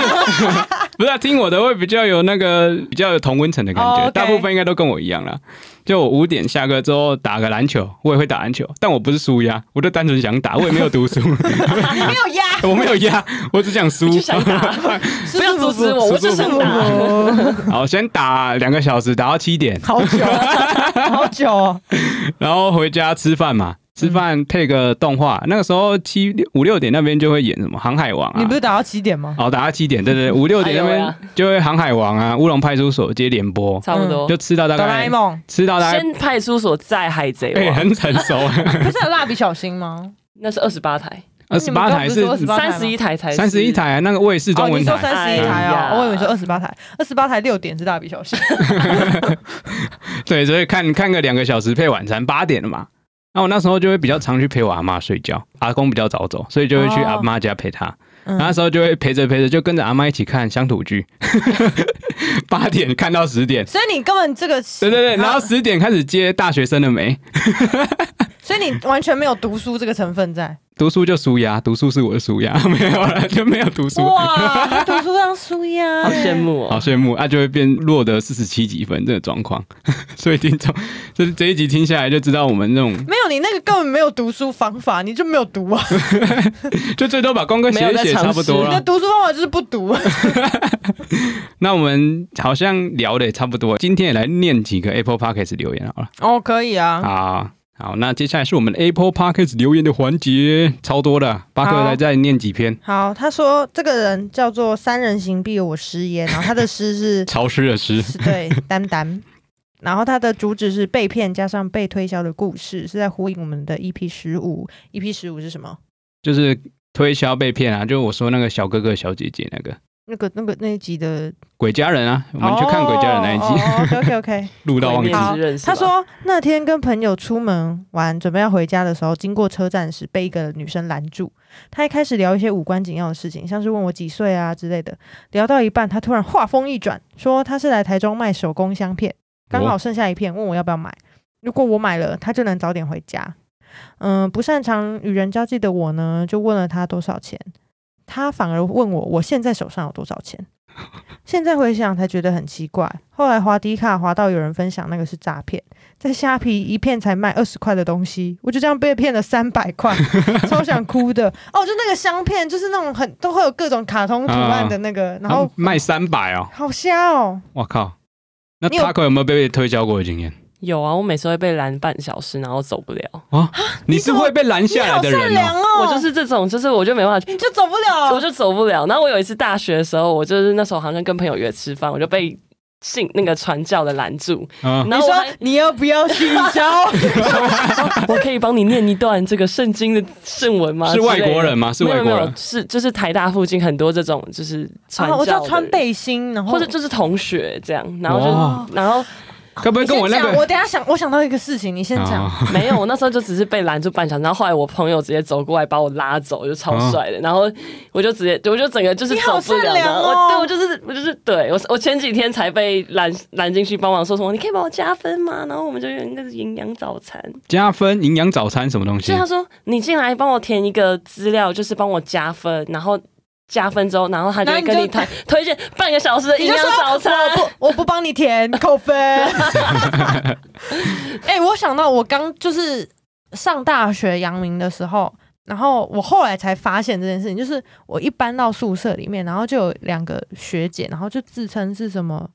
S1: 不是、啊、听我的会比较有那个比较有同温层的感觉
S2: 哦，OK
S1: 大部分应该都跟我一样啦。就我五点下课之后打个篮球，我也会打篮球，但我不是输呀，我就单纯想打，我也没有读书， *laughs*
S2: 你没有压，
S1: 我没有压，我只想输
S3: *laughs* 你。就
S2: *laughs*
S3: 想打，不要阻止我，我就想打。
S2: 打，
S1: 好，先打两个小时，打到七点，
S2: *laughs* 好久，好久哦。
S1: 然后回家吃饭嘛，吃饭配个动画。那个时候七六五六点那边就会演什么《航海王》啊，
S2: 你不是打到七点吗？
S1: 哦打到七点，对对对，五六点那
S3: 哎呦
S2: 啊
S1: 边
S3: 呀
S1: 就会《航海王》啊，《乌龙派出所》接联播，
S3: 差不多
S1: 嗯就，吃到大
S2: 哦哆啦 A
S1: 概
S2: 梦
S1: 吃到大概
S3: 先派出所再海贼
S1: 哎、
S3: 王，
S1: 很成熟，
S2: 不是有蜡笔小新吗？
S3: 那是二十八台，
S1: 二呃十八台
S2: 你
S1: 是
S2: 们刚刚不是说28台
S3: 三
S2: 吗
S3: 十一台才是
S1: 三十一。台、啊，那个卫视中
S2: 哦，
S1: 文
S2: 你说
S1: 台，
S2: 三十一
S1: 哎
S2: 台
S3: 呀
S2: 哦，我以为说二十八台，二十八台六点是蜡笔小新。
S1: 对，所以看看个两个小时配晚餐，八点了嘛。那我那时候就会比较常去陪我阿妈睡觉，阿公比较早走，所以就会去
S2: 哦
S1: 阿妈家陪她。
S2: 嗯
S1: 那时候就会陪着陪着，就跟着阿妈一起看乡土
S2: *laughs*
S1: 剧，八点看到十点。
S2: 所以你根本这个
S1: 对对对，然后
S2: 啊
S1: 十点开始接大学生的没，
S2: 所以你完全没有读书这个成分在。
S1: 读书就舒压，读书是我的舒压， *laughs* 没有了就没有读书，
S2: 哇，他读书让输呀，
S3: 好羡。
S1: *laughs*
S3: 慕
S1: 好
S3: 哦！
S1: 羡慕啊，就会变落得四十七几分这个状况， *laughs* 所以听众就是这一集听下来就知道我们那种
S2: 没有，你那个根本没有读书方法，你就没有读啊！
S1: 就最多把功课写一写差不多
S3: 没有在尝试
S2: 你的
S1: 了。
S2: 读书方法就是不读。
S1: 那我们好像聊的也差不多，今天也来念几个 Apple Podcast 留言好了。
S2: *laughs* 哦，可以啊，
S1: 好好，那接下来是我们 Apple Podcast 留言的环节，超多的，巴克
S2: 好
S1: 来再念几篇。
S2: 好，他说这个人叫做三人行必有我师焉，然后他的师是
S1: 潮湿的湿，
S2: 是对丹丹，然后他的主旨是被骗加上被推销的故事，是在呼应我们的 EP 十五。EP 十五是什么？
S1: *laughs* 就是推销被骗啊，就我说那个小哥哥小姐姐那个
S2: 那个、那个、那一集的，哦
S1: 鬼家人啊，我们去看鬼家人那一集，
S2: 集。OK OK，
S1: *laughs* 录到忘记
S3: 鬼。灭
S2: 好
S3: 之刃是吧
S2: 他说那天跟朋友出门玩，准备要回家的时候，经过车站时被一个女生拦住。她一开始聊一些无关紧要的事情，像是问我几岁啊之类的。聊到一半，她突然话锋一转，说她是来台中卖手工香片，刚好剩下一片，问我要不要买。如果我买了，她就能早点回家。嗯，不擅长与人交际的我呢，就问了她多少钱，她反而问我我现在手上有多少钱。 *laughs* 现在回想才觉得很奇怪。后来滑迪卡滑到有人分享那个是诈骗，在虾皮一片才卖二十块的东西，我就这样被骗了三百块， *laughs* 超想哭的。哦，就那个香片，就是那种很都会有各种卡通图案的那个，然后
S1: 啊卖三百哦，
S2: 好瞎哦。
S1: 我靠！那
S2: 你有
S1: Taco 有没有被推销过的经验？
S3: 有啊，我每次会被拦半小时，然后走不了。
S1: 哦你
S2: 你
S1: 是
S2: 怎么
S1: 会被拦
S2: 啊你
S1: 下来
S2: 好
S1: 的
S2: 善
S1: 人
S2: 良
S1: 哦。
S2: 哦，
S3: 我就是这种，就是我就没办法，
S2: 你就走不
S3: 我
S2: 了。
S3: 就走不了。然后我有一次大学的时候，我就是那时候好像跟朋友约吃饭，我就被信那个传教的拦住，
S1: 嗯，
S3: 然
S2: 你
S3: 后
S2: 说
S3: 我还
S2: 你要不要信 *laughs* 教？
S3: 我可以帮你念一段这个圣经的圣文吗？
S1: *laughs* 是外国人
S3: 吗？
S1: 吗？是
S3: 没
S1: 外
S3: 有没
S1: 国
S3: 有
S1: 人，，
S3: 是就是台大附近很多这种就是传
S2: 然哦后我
S3: 教
S2: 就
S3: 的
S2: 穿
S3: 人，
S2: 背心，然后
S3: 或者就是同学这样，然后就
S1: 哇
S3: 然后
S1: 该不会
S2: 你
S1: 跟
S2: 先
S1: 我那
S2: 讲，
S1: 个
S2: 我等一下想，我想到一个事情，你先讲。 *laughs*
S1: 啊
S3: 没有，我那时候就只是被拦住半小时，然后后来我朋友直接走过来把我拉走，我就超帅的，然后我就直接，我就整个就是
S2: 嗯你好
S3: 走不了
S2: 善
S3: 的，
S2: 良哦
S3: 我对我就是我就是对我我前几天才被拦拦进去帮忙，说什么你可以帮我加分吗？然后我们就有那个营养早餐，
S1: 加分营养早餐什么东西
S3: 所以？他说你进来帮我填一个资料，就是帮我加分，然后。加分之后，然后他就会
S2: 然后
S3: 跟
S2: 你
S3: 你
S2: 就
S3: 谈推荐半个小时的营
S2: 你就
S3: 养
S2: 说
S3: 早餐。
S2: 我不，我不帮你填扣分。哎、我想到我刚就是上大学阳明的时候，然后我后来才发现这件事情，就是我一搬到宿舍里面，然后就有两个学姐，然后就自称是什么。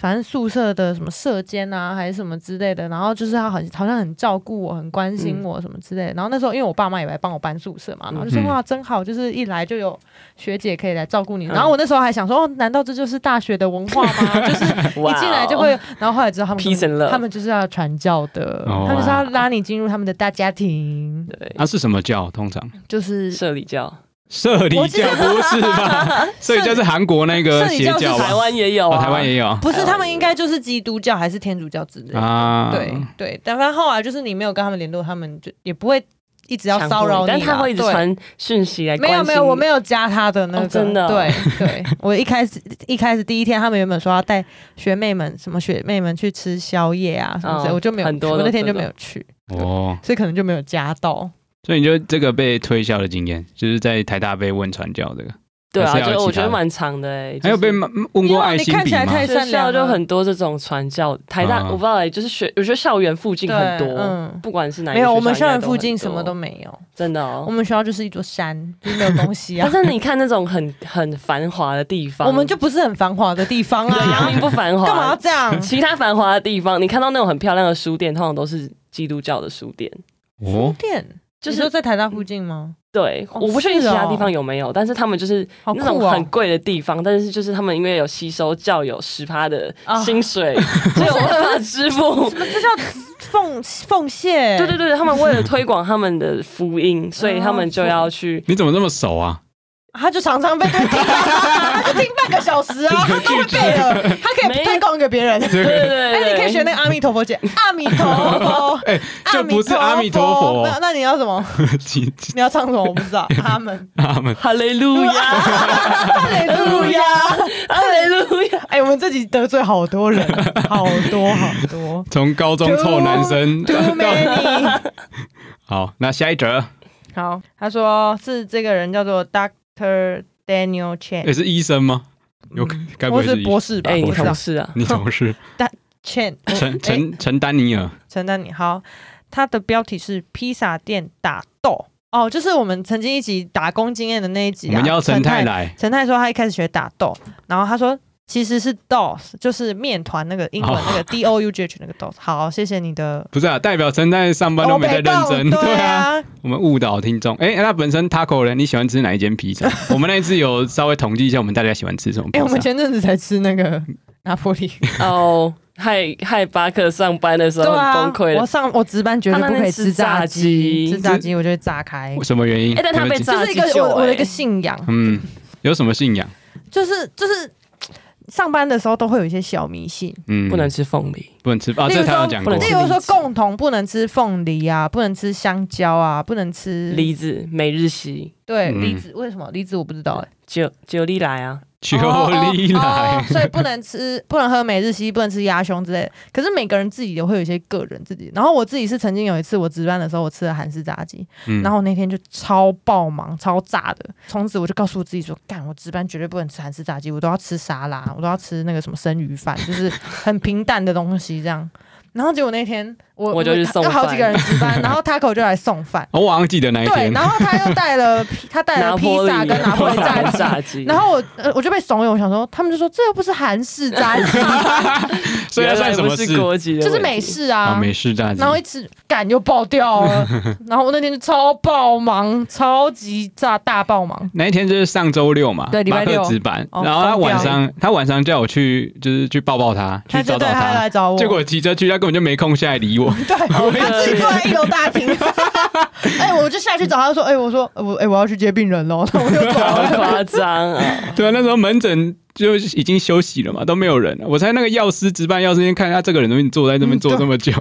S2: 反正宿舍的什么舍监啊，还是什么之类的，然后就是她很好像很照顾我，很关心我什么之类的。然后那时候因为我爸妈也来帮我搬宿舍嘛，然后就说
S1: 嗯
S2: 哇真好，就是一来就有学姐可以来照顾你。
S3: 嗯
S2: 然后我那时候还想说，哦，难道这就是大学的文化
S3: *laughs*
S2: 吗？就是
S3: 哇
S2: 一
S3: 哦
S2: 进来就会，然后后来知道他们
S3: Peace and love
S2: 他们就是要传教的，
S1: 哦
S2: 他们是要拉你进入他们的大家庭，
S3: 对
S1: 啊，是什么教？通常
S2: 就是
S3: 社里教，
S1: 社里
S2: 我记
S1: 教
S2: 得
S1: 不是
S2: *laughs*
S1: 吧？社里教是韩国那个
S2: 社里
S1: 邪
S2: 教是
S1: 教吧？
S3: 台湾也有
S1: 哦
S3: 啊，
S1: 台湾也有
S2: 不是他们应该就是基督教还是天主教之类的。
S1: 啊。
S2: 对对，但反正后来就是你没有跟他们联络，他们就也不会一直要
S3: 强迫
S2: 骚扰你啦，
S3: 但他会一直
S2: 对
S3: 传讯息来关
S2: 啊没
S3: 心
S2: 有
S3: 你。
S2: 没有，我没有加他的那个，
S3: 哦真的哦 *laughs*
S2: 对对，我一开始一开始第一天，他们原本说要带学妹们什么学妹们去吃宵夜啊什么之类，
S3: 哦
S2: 我就没有
S3: 很多
S2: 去我
S3: 都
S2: 那天就
S3: 这
S2: 没有去，
S1: 哦，
S2: 所以可能就没有加到。
S1: 所以你就这个被推销的经验，就是在台大被问传教这个，
S3: 对啊，
S1: 还是要有
S3: 就我
S1: 其他
S3: 觉
S1: 的
S3: 得蛮长的哎、欸，
S1: 还有被
S3: 就是
S1: 骂问过爱
S2: 你
S1: 心
S2: 看
S1: 笔
S2: 起来
S1: 吗？
S2: 太
S3: 学
S2: 善良
S3: 校
S2: 了，
S3: 就很多这种传教，台大、
S1: 啊
S3: 我不知道哎、就是学我觉得校园附近
S2: 对
S3: 很多，
S2: 嗯。
S3: 不管是哪一个
S2: 没有，我们校
S3: 校应该
S2: 园
S3: 都
S2: 附
S3: 很
S2: 近
S3: 多
S2: 什么都没有，
S3: 真的
S2: 我
S3: 哦。
S2: 们学校就是一座
S3: *laughs*
S2: 山，就是没有东西啊
S3: 但。是你看那种很很繁华的地
S2: *laughs*
S3: 方，
S2: 我们就不是很繁华的地方
S3: 对阳
S2: 啊，
S3: 明不繁华，
S2: 干嘛要？这样？
S3: *laughs* 其他繁华的地方，你看到那种很漂亮的书店，通常都是基督教的书店。
S1: 哦，
S2: 店
S3: 就
S2: 你
S3: 是
S2: 说在台大附近
S3: *laughs*
S2: 吗？
S3: 对，
S2: 哦
S3: 我不确定
S2: 是
S3: 其
S2: 哦
S3: 他地方有没有，但是他们就是
S2: 好
S3: 那种
S2: 酷哦
S3: 很贵的地方，但是就是他们因为有吸收教友十趴的
S2: 啊
S3: 薪水， *laughs* 所以我办法支付。
S2: 这叫奉奉献。
S3: 对对对，他们为了推广他们的
S2: *laughs*
S3: 福音，所以他们就要
S2: 哦
S3: 去。
S1: 你怎么这么熟啊？
S2: 他就常常被推
S1: *laughs*
S2: 荐啊，他就听半个小时啊，他都会背了，他可以推广给别人。
S3: 对对对
S2: 哎，
S3: 对，
S2: *laughs* 你可以学那个阿弥陀佛姐，阿弥陀佛，
S1: 哎，就不是阿弥陀佛
S2: 那那你要什么？
S1: *laughs* 其其
S2: 你要唱什么？我不知道。他
S1: *laughs*
S2: 们，
S1: 他们
S3: 哈利路亚，
S2: 哈利路亚，
S3: 哈利路
S2: *laughs*
S3: 亚，
S2: 哎，我们这集得罪好多人，好多好
S1: *laughs*
S2: 多。
S1: 从高中臭男生
S2: Too
S1: *laughs* 到
S2: many。
S1: 好，那下一则
S2: 好，他说是这个人叫做 Doctor Daniel
S1: 也、
S2: Chen，、
S1: 是医生吗？有哎该不
S2: 我
S1: 会
S2: 是
S1: 医
S2: 博士吧？
S3: 哎，你
S2: 我知道
S3: 同事啊，
S1: 你同事
S2: Chen 我
S1: 陈
S2: *laughs* 哎
S1: 陈陈丹尼尔，
S2: 陈丹你好，他的标题是披萨店打斗哦，就是我们曾经一起打工经验的那一集、
S1: 我
S2: 啊。
S1: 们要陈太
S2: 太，
S1: 来，
S2: 陈太说他一开始学打斗，然后他说。其实是 dos，就是面团那个英文
S1: 哦
S2: 那个 d o u g h 那个 dos。好，谢谢你的。
S1: 不是啊，代表陈太上班都没在认真，
S2: 哦北
S1: 对
S2: 斗对
S1: 啊，
S2: 啊，
S1: 我们误导听众。哎、那本身 Taco 人，你喜欢吃哪一间
S2: *laughs*
S1: 披萨？我们那一次有稍微统计一下，我们大家喜欢吃什么披
S2: 哎，我们
S1: 萨？
S2: 前阵子才吃那个拿破里，
S3: *laughs* 哦，害害巴克上班的时
S2: *laughs* 对
S3: 候很
S2: 啊
S3: 崩溃，
S2: 我
S1: 嗯
S3: 了。
S2: 上我值班绝对不可以吃炸鸡，
S3: 他那边吃炸鸡
S2: 吃炸鸡我就会炸开。
S1: 什么原因？
S3: 哎但他
S1: 对不
S3: 被
S1: 起
S3: 炸
S2: 就是一个
S3: 鸡酒
S2: 我我的一
S3: 哎
S2: 个信仰，
S1: 嗯，有什么信仰？
S2: 就是就是上班的时候都会有一些小迷信，
S1: 嗯，
S3: 不能吃凤梨，
S1: 不能吃啊，
S2: 例
S1: 这
S2: 如说
S1: 他有讲
S3: 不
S1: 过
S3: 能。
S1: *laughs*
S2: 例
S3: 吃
S2: 如说共同不能吃凤梨啊，不能吃香蕉啊，不能吃
S3: 梨子、每日西，
S2: 对
S1: 嗯
S2: 梨子，为什么梨子我不知道哎、
S3: 九九粒来啊，
S1: 秋
S2: 哦
S1: 丽
S2: 哦
S1: 来
S2: 哦，所以不能吃，不能喝每日西，不能吃鸭胸之类的。可是每个人自己也会有一些个人自己。然后我自己是曾经有一次我值班的时候，我吃了韩式炸鸡，
S1: 嗯
S2: 然后那天就超爆忙、超炸的。从此我就告诉我自己说，干，我值班绝对不能吃韩式炸鸡，我都要吃沙拉，我都要吃那个什么生鱼饭，就是很平淡的东西这样。然后结果那天我
S3: 我就去送
S2: 有好几
S3: 饭
S2: 个人值班，然后 Taco 就来送饭，
S1: 哦我好像记得那一
S2: 对，
S1: 天，
S2: 然后他又带了披他带了
S3: 拿
S2: 哎披
S3: 破
S2: 萨
S3: 里
S2: 跟拿破仑炸鸡，
S3: *laughs* 炸鸡，
S2: 然后我呃我就被怂恿，我想说他们就说这又不是韩式炸
S1: *laughs*
S2: 鸡，
S1: 所以它算什么
S3: 原来不是
S1: 事？
S3: 国籍的问
S2: 就
S3: 题，
S2: 是美式啊
S1: 啊，。美式炸鸡
S2: 然。后一吃，感就爆掉了。然后我那天就超爆忙，超级炸大爆忙。
S1: 那一天就是上周六嘛，
S2: 对礼拜六
S1: 马克值班，
S2: 哦
S1: 然后他
S2: 疯掉
S1: 晚上他晚上叫我去，就是去抱抱他，去
S2: 他就
S1: 找
S2: 对
S1: 找
S2: 他
S1: 他
S2: 来。找我，
S1: 结果骑车去，他根本就没空下来理 *laughs*
S2: *laughs*
S1: 我。
S2: 对，他自己坐在一楼大厅。 *laughs* 哎，我就下去找他说，哎，我说呃我哎我要去接病人 *laughs* 喽，那我就
S1: *laughs*
S2: 走
S3: 好
S2: 了。
S3: 夸张啊！ *laughs*
S1: 对啊，那时候门诊就已经休息了嘛，都没有人了。我猜那个药师值班药师先看他啊这个人怎么坐在这边
S2: 嗯
S1: 坐这么久，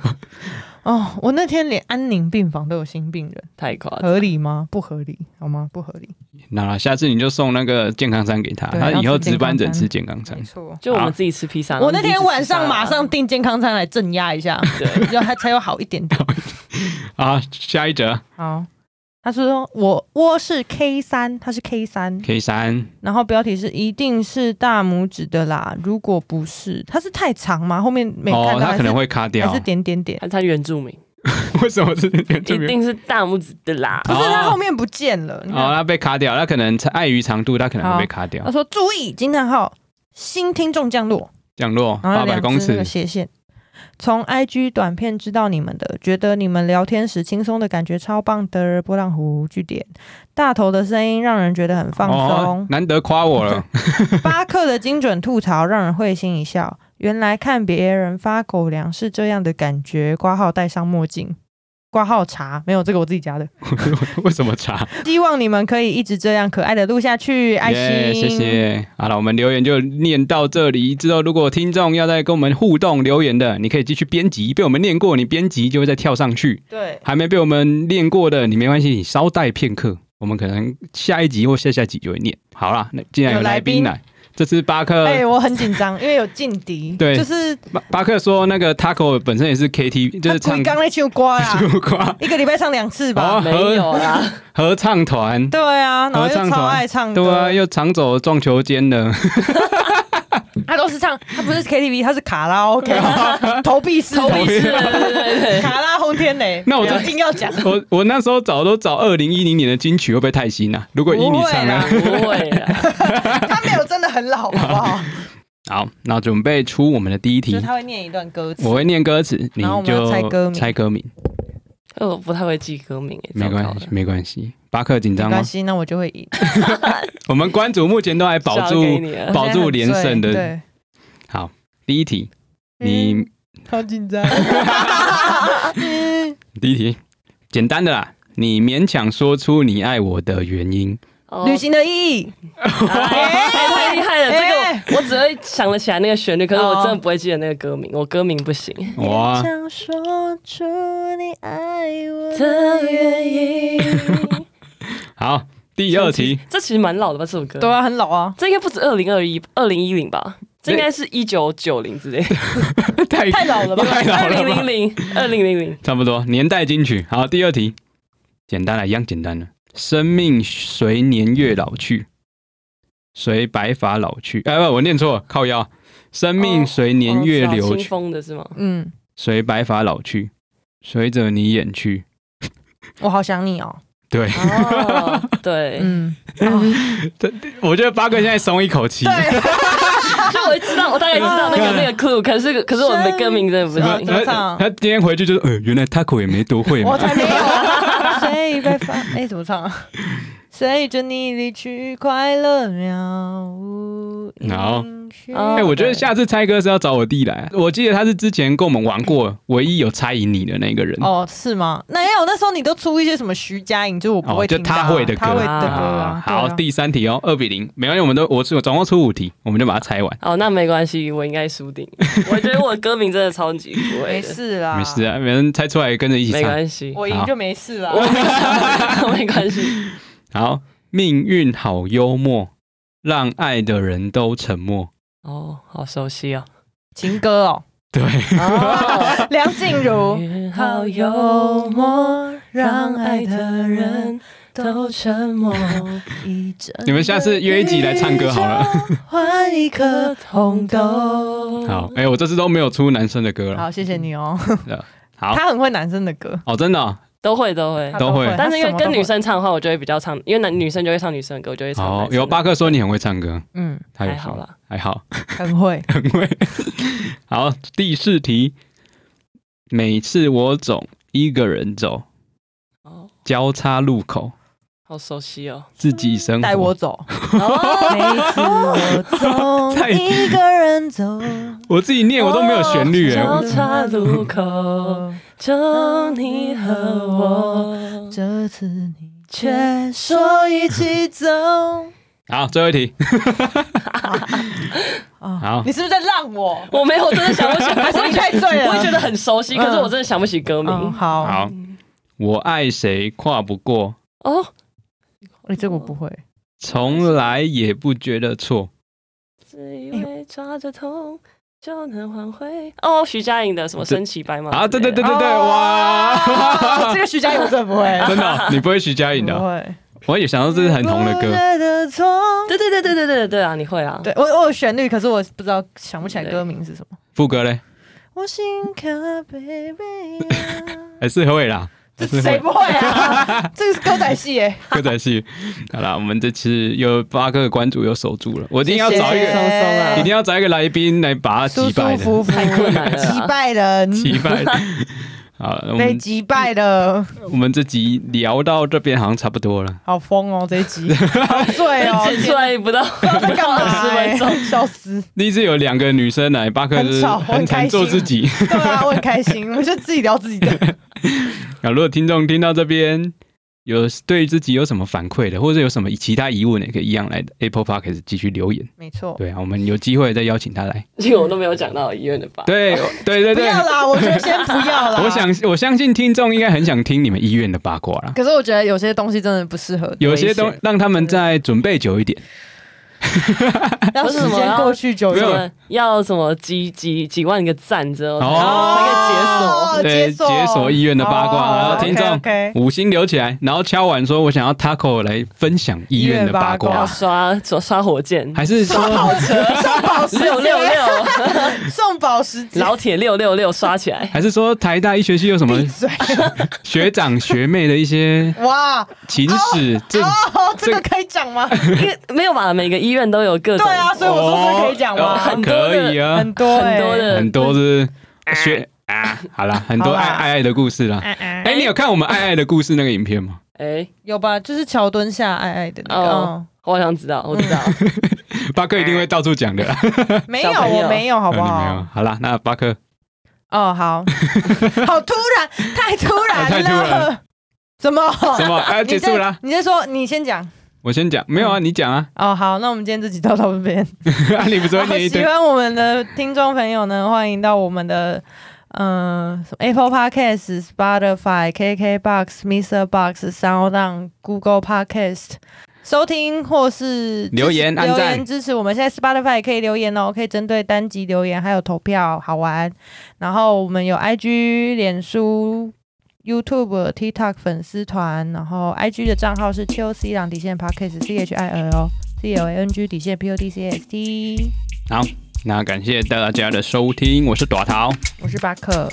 S1: *laughs*
S2: 哦，我那天连安宁病房都有新病人，
S3: 太
S1: 啊
S3: 夸张，
S2: 合理吗？不合理，好吗？不合理。
S1: 那啦下次你就送那个健康餐给他，
S2: 对
S1: 他以后
S2: 要吃
S1: 值
S2: 健康
S1: 班诊
S2: 餐嗯
S1: 吃健康餐。
S2: 错。
S3: 就我们自己吃披萨，
S2: 我那天晚上
S3: 然后
S2: 马
S3: 你自己吃沙拉
S2: 上订健康餐来镇压
S1: *laughs*
S2: 一下，
S3: 对，
S2: 然后还才有好一点点。
S1: 啊，下一则
S2: 好，他说我我是 K 三，他是 K 三，
S1: K 三，
S2: 然后标题是一定是大拇指的啦，如果不是，他是太长吗？后面没看
S1: 哦，
S2: 到，
S1: 他可能会卡
S2: 还是
S1: 掉
S2: 还是。点点点，
S3: 他他原住民
S1: *laughs* 为什么是这
S3: 一
S1: 边？
S3: 定是大拇指的啦。
S2: 不是他后面不见了。你看
S1: 哦，他被卡掉，他可能碍于长度，他可能会被卡掉
S2: 他。说注意惊叹号，新听众降落，
S1: 降落
S2: 然
S1: 八
S2: 后
S1: 百
S2: 两
S1: 公
S2: 只那个
S1: 尺，
S2: 斜线。从 IG 短片知道你们的，觉得你们聊天时轻松的感觉超棒的。波浪湖据点，大头的声音让人觉得很放松。
S1: 哦，难得夸我
S2: *laughs*
S1: 了。
S2: 巴克的精准吐槽让人会心一笑。原来看别人发狗粮是这样的感觉。挂号戴上墨镜，挂号茶没有这个我自己加的。 *laughs*
S1: 为什么查？
S2: 希望你们可以一直这样可爱的录下去，爱
S1: 耶
S2: 心
S1: 谢谢。好了，我们留言就念到这里。之后如果听众要再跟我们互动留言的，你可以继续编辑，被我们念过，你编辑就会再跳上去。
S2: 对，
S1: 还没被我们念过的，你没关系，你稍待片刻，我们可能下一集或下下集就会念。好啦，那既然有
S2: 有来
S1: 来宾
S2: 宾
S1: 来，这次巴克
S2: 哎、我很紧张，因为有劲敌，
S1: 呃对
S2: 就是
S1: 巴巴克说，那个 Taco 本身也是 KTV，就是
S2: 他
S1: 唱
S2: 刚在唱歌啦，
S1: *laughs* 就夸
S2: 一个礼拜唱两次吧。
S1: 哦
S3: 没有 *laughs* 啦，
S1: 合唱团，
S2: 对啊，然后
S1: 合唱团
S2: 又超爱唱
S1: 对
S2: 歌，
S1: 啊，又常走撞球间的， *laughs*
S2: 他都是唱，他不是 KTV，他是卡拉
S1: *laughs*
S2: OK，投币式的，
S3: 头 *laughs* 一次，对对对对，
S2: 卡拉轰天雷，
S1: *laughs* 那我
S2: 一
S1: 再
S2: 定要讲。
S1: 我我那时候找都找二零一零年的金曲，会不会太新啊？如果以你唱
S2: 不会啦
S1: 啊，
S3: 不会啦，
S2: 他没有真的很老，好
S1: *laughs*
S2: 不好？
S1: 好，那准备出我们的第一
S2: 就
S1: 题
S2: 是，他会念一段歌词
S1: 我。会念歌词，你
S2: 然后我们要
S1: 就
S2: 猜歌名
S1: 猜歌名，
S3: 我不太会记歌名，哎
S1: 没
S3: 糟
S1: 关
S3: 糕了
S1: 系，没关系。巴克紧
S2: 没
S1: 张吗
S2: 关？系，那我就会赢，
S1: 我们关主目前都还保
S3: 交给
S1: 住
S3: 你
S1: *laughs*
S3: 了
S1: 保住连胜
S2: 我现在很醉
S1: 的
S2: *laughs* 对，
S1: 第一题。你
S2: 嗯好紧张。嗯
S1: 第一题简单的啦，你勉强说出你爱我的原因，
S2: *laughs*
S3: 哦
S2: 旅行的意义，
S3: 哎太厉害了！
S2: 哎
S3: 这个我我只会想得起来那个旋律，可是我真的不会记得那个歌名，我歌名不行。
S1: 哇，
S2: 想说出你爱我
S3: 的原因，
S1: 好，第二题，
S3: 这其实蛮老的吧？这首歌，
S2: *laughs* 对，啊，很老啊，
S3: 这应该不止二零二一、二零一零吧？这应该是一九九零之类
S1: *laughs*
S3: 的，
S1: 太
S2: 太老了
S1: *laughs*
S2: 吧
S1: 太老
S3: 二
S1: 哎了吧
S3: 零零零、二零零零。
S1: 差不多年代金曲。好，第二题，简单了，一样简单了。生命随年月老去，随白发老去。哎，不，我念错，了，靠腰。生命
S3: 哦
S1: 随年月流
S2: 哦
S3: 清
S1: 去，
S3: 风的是吗？
S2: 嗯，
S1: 随白发老去，随着你远去。
S2: 我好想你哦，
S1: 对，
S3: 哦， *laughs*
S1: 哎
S3: 对，
S1: *laughs*
S2: 嗯，
S1: 我觉得八哥现在松一口气。 *laughs*
S3: 就我知道，我大概知道那
S2: 嗯
S3: 个那个 clue，可是可是我的歌名真的不
S2: 什么
S3: 行。
S1: 他
S2: 怎么唱
S1: 他今天回去就是，呃，原来 Taco 也没多会嘛
S2: 我。才没有啊，谁被发？哎，怎么唱
S1: *laughs*
S2: 啊？随着你离去，快乐渺无
S1: 好
S2: 音讯。
S3: 哦
S1: 哎、我觉得下次猜歌是要找我弟来。我记得他是之前跟我们玩过，唯一有猜赢你的那个人。
S2: 哦，是吗？没有，那时候你都出一些什么徐佳莹，就是我不
S1: 哦，
S2: 会
S1: 就
S2: 听到啊、
S1: 他会的歌，
S2: 他会的歌
S1: 啊
S2: 啊。对啊
S1: 好，第三题哦，二比零，没关系，我们都我是我总共出五题，我们就把它猜完。
S3: 哦，那没关系，我应该输定。我觉得我的歌名真的超级不会
S2: 没
S3: 的，
S2: 事啦，
S1: 没事，啊，没人猜出来跟着一起
S3: 没
S1: 唱。
S3: 关系，
S2: 我赢就没事啦。
S3: *laughs* 没关系。
S1: 好，命运好幽默，让爱的人都沉默。
S3: 哦，好熟悉哦。
S2: 情
S1: *laughs*
S2: 歌哦，
S1: 对，
S3: 哦，
S2: 梁静茹。
S3: 好幽默，让爱的人都沉默。
S2: 一整
S1: 你们下次约一集来唱歌好了。
S2: 换一颗
S3: 红
S2: 红豆。
S3: 豆。
S1: 好，哎、我这次都没有出男生的歌了。
S2: 好，谢谢你哦。
S1: 啊好，
S2: 他很会男生的歌，
S1: 哦，真的哦、
S3: 都会都会
S2: 他。
S1: 都会
S3: 但是因
S2: 他
S3: 为
S2: 什么都
S3: 跟
S2: 会
S3: 女生唱的话，我就会比较唱，因为男女生就会唱女生的歌，我就会唱
S1: 哦
S3: 男，生的。
S1: 有巴克说你很会唱歌，
S2: 嗯，
S1: 他有
S3: 还好
S1: 说，
S3: 啦。
S1: 还好，
S2: 很会。
S1: *laughs* 很会。好，第四题，每次我总一个人走，
S3: 哦，
S1: 交叉路口，
S3: 好熟悉哦。
S1: 自己生活。
S2: 带我走，
S3: 哦，
S2: 每次我
S1: *laughs*
S2: 总
S1: 太
S2: 一个人 *laughs* 走。
S1: 我自己念我都没有旋律哎、
S3: 交
S1: 我
S3: 叉路口，就你和我。
S2: 这次你却说一起走。
S1: 好，最后一题，好
S2: 哦你是不是在
S1: *laughs*
S2: 让我？
S3: 我没有，我真的想不起来，
S2: 还是你太醉了？
S3: 我会觉得很熟悉，可是我真的想不起歌
S2: 嗯，
S3: 名。
S2: 好，
S1: 好，我爱谁跨不过，
S3: 哦，
S2: 你这个我不会。
S1: 从来也不觉得错。
S3: 自以为抓着痛就能挽回。哦，徐佳莹的什么
S1: 这
S3: 身骑白马
S1: 啊，对对对
S3: 对，
S1: 对对，
S2: 哦
S1: 哇
S2: 这，个徐佳莹我真的不会，
S1: *laughs* 真的哦、你不会徐佳莹的
S2: 不
S1: 哦，
S2: 会。
S1: 我也想到这是很红的
S2: 不 *laughs*
S1: 歌。
S2: 觉得错
S3: 对对对对对对对啊，你会啊？
S2: 对我我有旋律，可是我不知道想不起来歌名是什么。
S1: 副歌嘞，
S2: 我心卡
S1: *laughs*
S2: baby 啊
S1: 还是会啦，还
S2: 这
S1: 是
S2: 谁
S1: 会
S2: 不会啊？这个是歌仔戏耶，
S1: 歌仔戏。 *laughs* 好啦，我们这次有八个关主又守住了，我一
S2: 一
S1: 定要找一
S3: 谢谢
S1: 个，一定要找一个来宾来把它击
S2: 舒舒
S1: 败的，
S2: 服服，
S3: 太困难了啊
S2: 击败
S1: *laughs*
S2: 人，
S1: 击败的。好，我
S2: 被
S1: 们
S2: 击败了，
S1: 我们这集聊到这边好像差不多了。
S2: 好疯哦！这
S1: *laughs*
S2: 一集好醉哦，
S3: 剪出来不到，
S2: 不知道在干嘛
S3: 10分
S2: 欸？笑死！
S1: 第一次有两个女生来，巴克就是
S2: 很吵我
S1: 很
S2: 很开
S1: 常
S2: 心
S1: 做自己。
S2: 对啊，我很开心，我就自己聊自己的。
S1: 啊，如果听众听到这边有对自己有什么反馈的，或者有什么其他疑问的，也可以一样来 Apple Podcast 继续留言。
S2: 没错，
S1: 对啊，我们有机会再邀请他来。
S3: 因为我都没有讲到医院的吧？
S1: 对对对
S2: 不
S1: 对，
S2: 要啦，我觉得先不要
S1: *laughs*
S2: 啦。
S1: 我想我相信听众应该很想听你们医院的八卦
S2: *laughs*
S1: 啦。
S2: 可是我觉得有些东西真的不适合，
S1: 有些东让他们再准备久一点，
S2: 让时间过去久一
S1: 没
S3: 什
S1: 有
S2: 点。
S3: 么要什么几几几万个赞之后，
S1: 哦
S3: 然后才可以解锁。
S2: 哦
S1: 对，
S2: 解锁
S1: 解锁医院的八卦，
S2: 哦
S1: 然后听众
S2: OK，OK
S1: 五星留起来，然后敲完说我想要 Taco 来分享医院的八
S2: 医院
S1: 卦
S2: 八
S3: 要，刷刷刷火箭，
S1: 还是说
S2: 送宝石
S3: 六六
S2: 节，
S3: 六， *laughs*
S2: 送宝石节，
S3: 老铁六六六刷起来。
S1: 还是说台大医学系有什么
S2: 闭嘴！
S1: 学长学妹的一些
S2: 哇，
S1: 情
S2: *laughs*
S1: 史，这
S2: 哦，这
S1: 这
S2: 个可以讲吗？
S3: 因为没有吧？每个医院都有
S2: 对
S3: 各种
S2: 啊， *laughs* 所以我说这个可以讲
S1: 哦
S2: 吗？
S1: 哦
S3: 很多的
S1: 可以啊，
S2: 很多
S3: 很多
S2: 欸
S3: 的
S1: 很多是学啊， *laughs* 好啦，很多
S2: 好啦
S1: 爱爱爱的故事啦。
S2: 嗯
S1: 哎，你有看我们爱爱的故事那个影片吗？
S3: 哎，
S2: 有吧？就是桥墩下爱爱的那个，
S3: 哦
S2: 哦、
S3: 我好想知道，我
S2: *laughs*
S3: 知道，
S1: 巴克一定会到处讲的啦，
S2: 哦没
S3: 小
S2: 有，
S3: 朋友
S2: 我没有，哎好不
S1: 你 *laughs* 没有
S2: 好？
S1: 好啦，那巴克
S2: 哦，好，好突然，太突然了，
S1: 太突然
S2: 怎么？
S1: 什么？啊，
S2: 你
S1: 结
S2: 在
S1: 束啦。
S2: 你先说，你先讲。
S1: 我先讲，没有啊，你讲啊， *laughs*
S2: 哦，好，那我们今天这集到到这边。
S1: 啊你不是
S2: 然
S1: 会
S2: 后
S1: 念一
S2: 喜
S1: 堆？
S2: 欢我们的听众朋友呢，欢迎到我们的嗯、呃什么 Apple Podcast、Spotify、KKBox、Mr. Box、Sound On、Google Podcast 收听，或是
S1: 留言
S2: 支
S1: 按
S2: 持留
S1: 赞
S2: 言支持我们。现在 Spotify 也可以留言哦，可以针对单集留言，还有投票，好玩。然后我们有 IG、脸书。YouTube、TikTok 粉丝团，然后 IG 的账号是 T O C 朗底线 Podcast C H I L C L A N G 底线 P O D C S T。
S1: 那感谢大家的收听，我是朵桃，
S2: 我是巴克，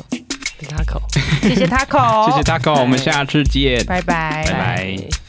S3: 皮卡口。
S2: 谢谢 Taco，
S1: 哦哎谢谢 Taco，我们下次见，
S2: 拜拜，
S1: 拜拜。
S3: 拜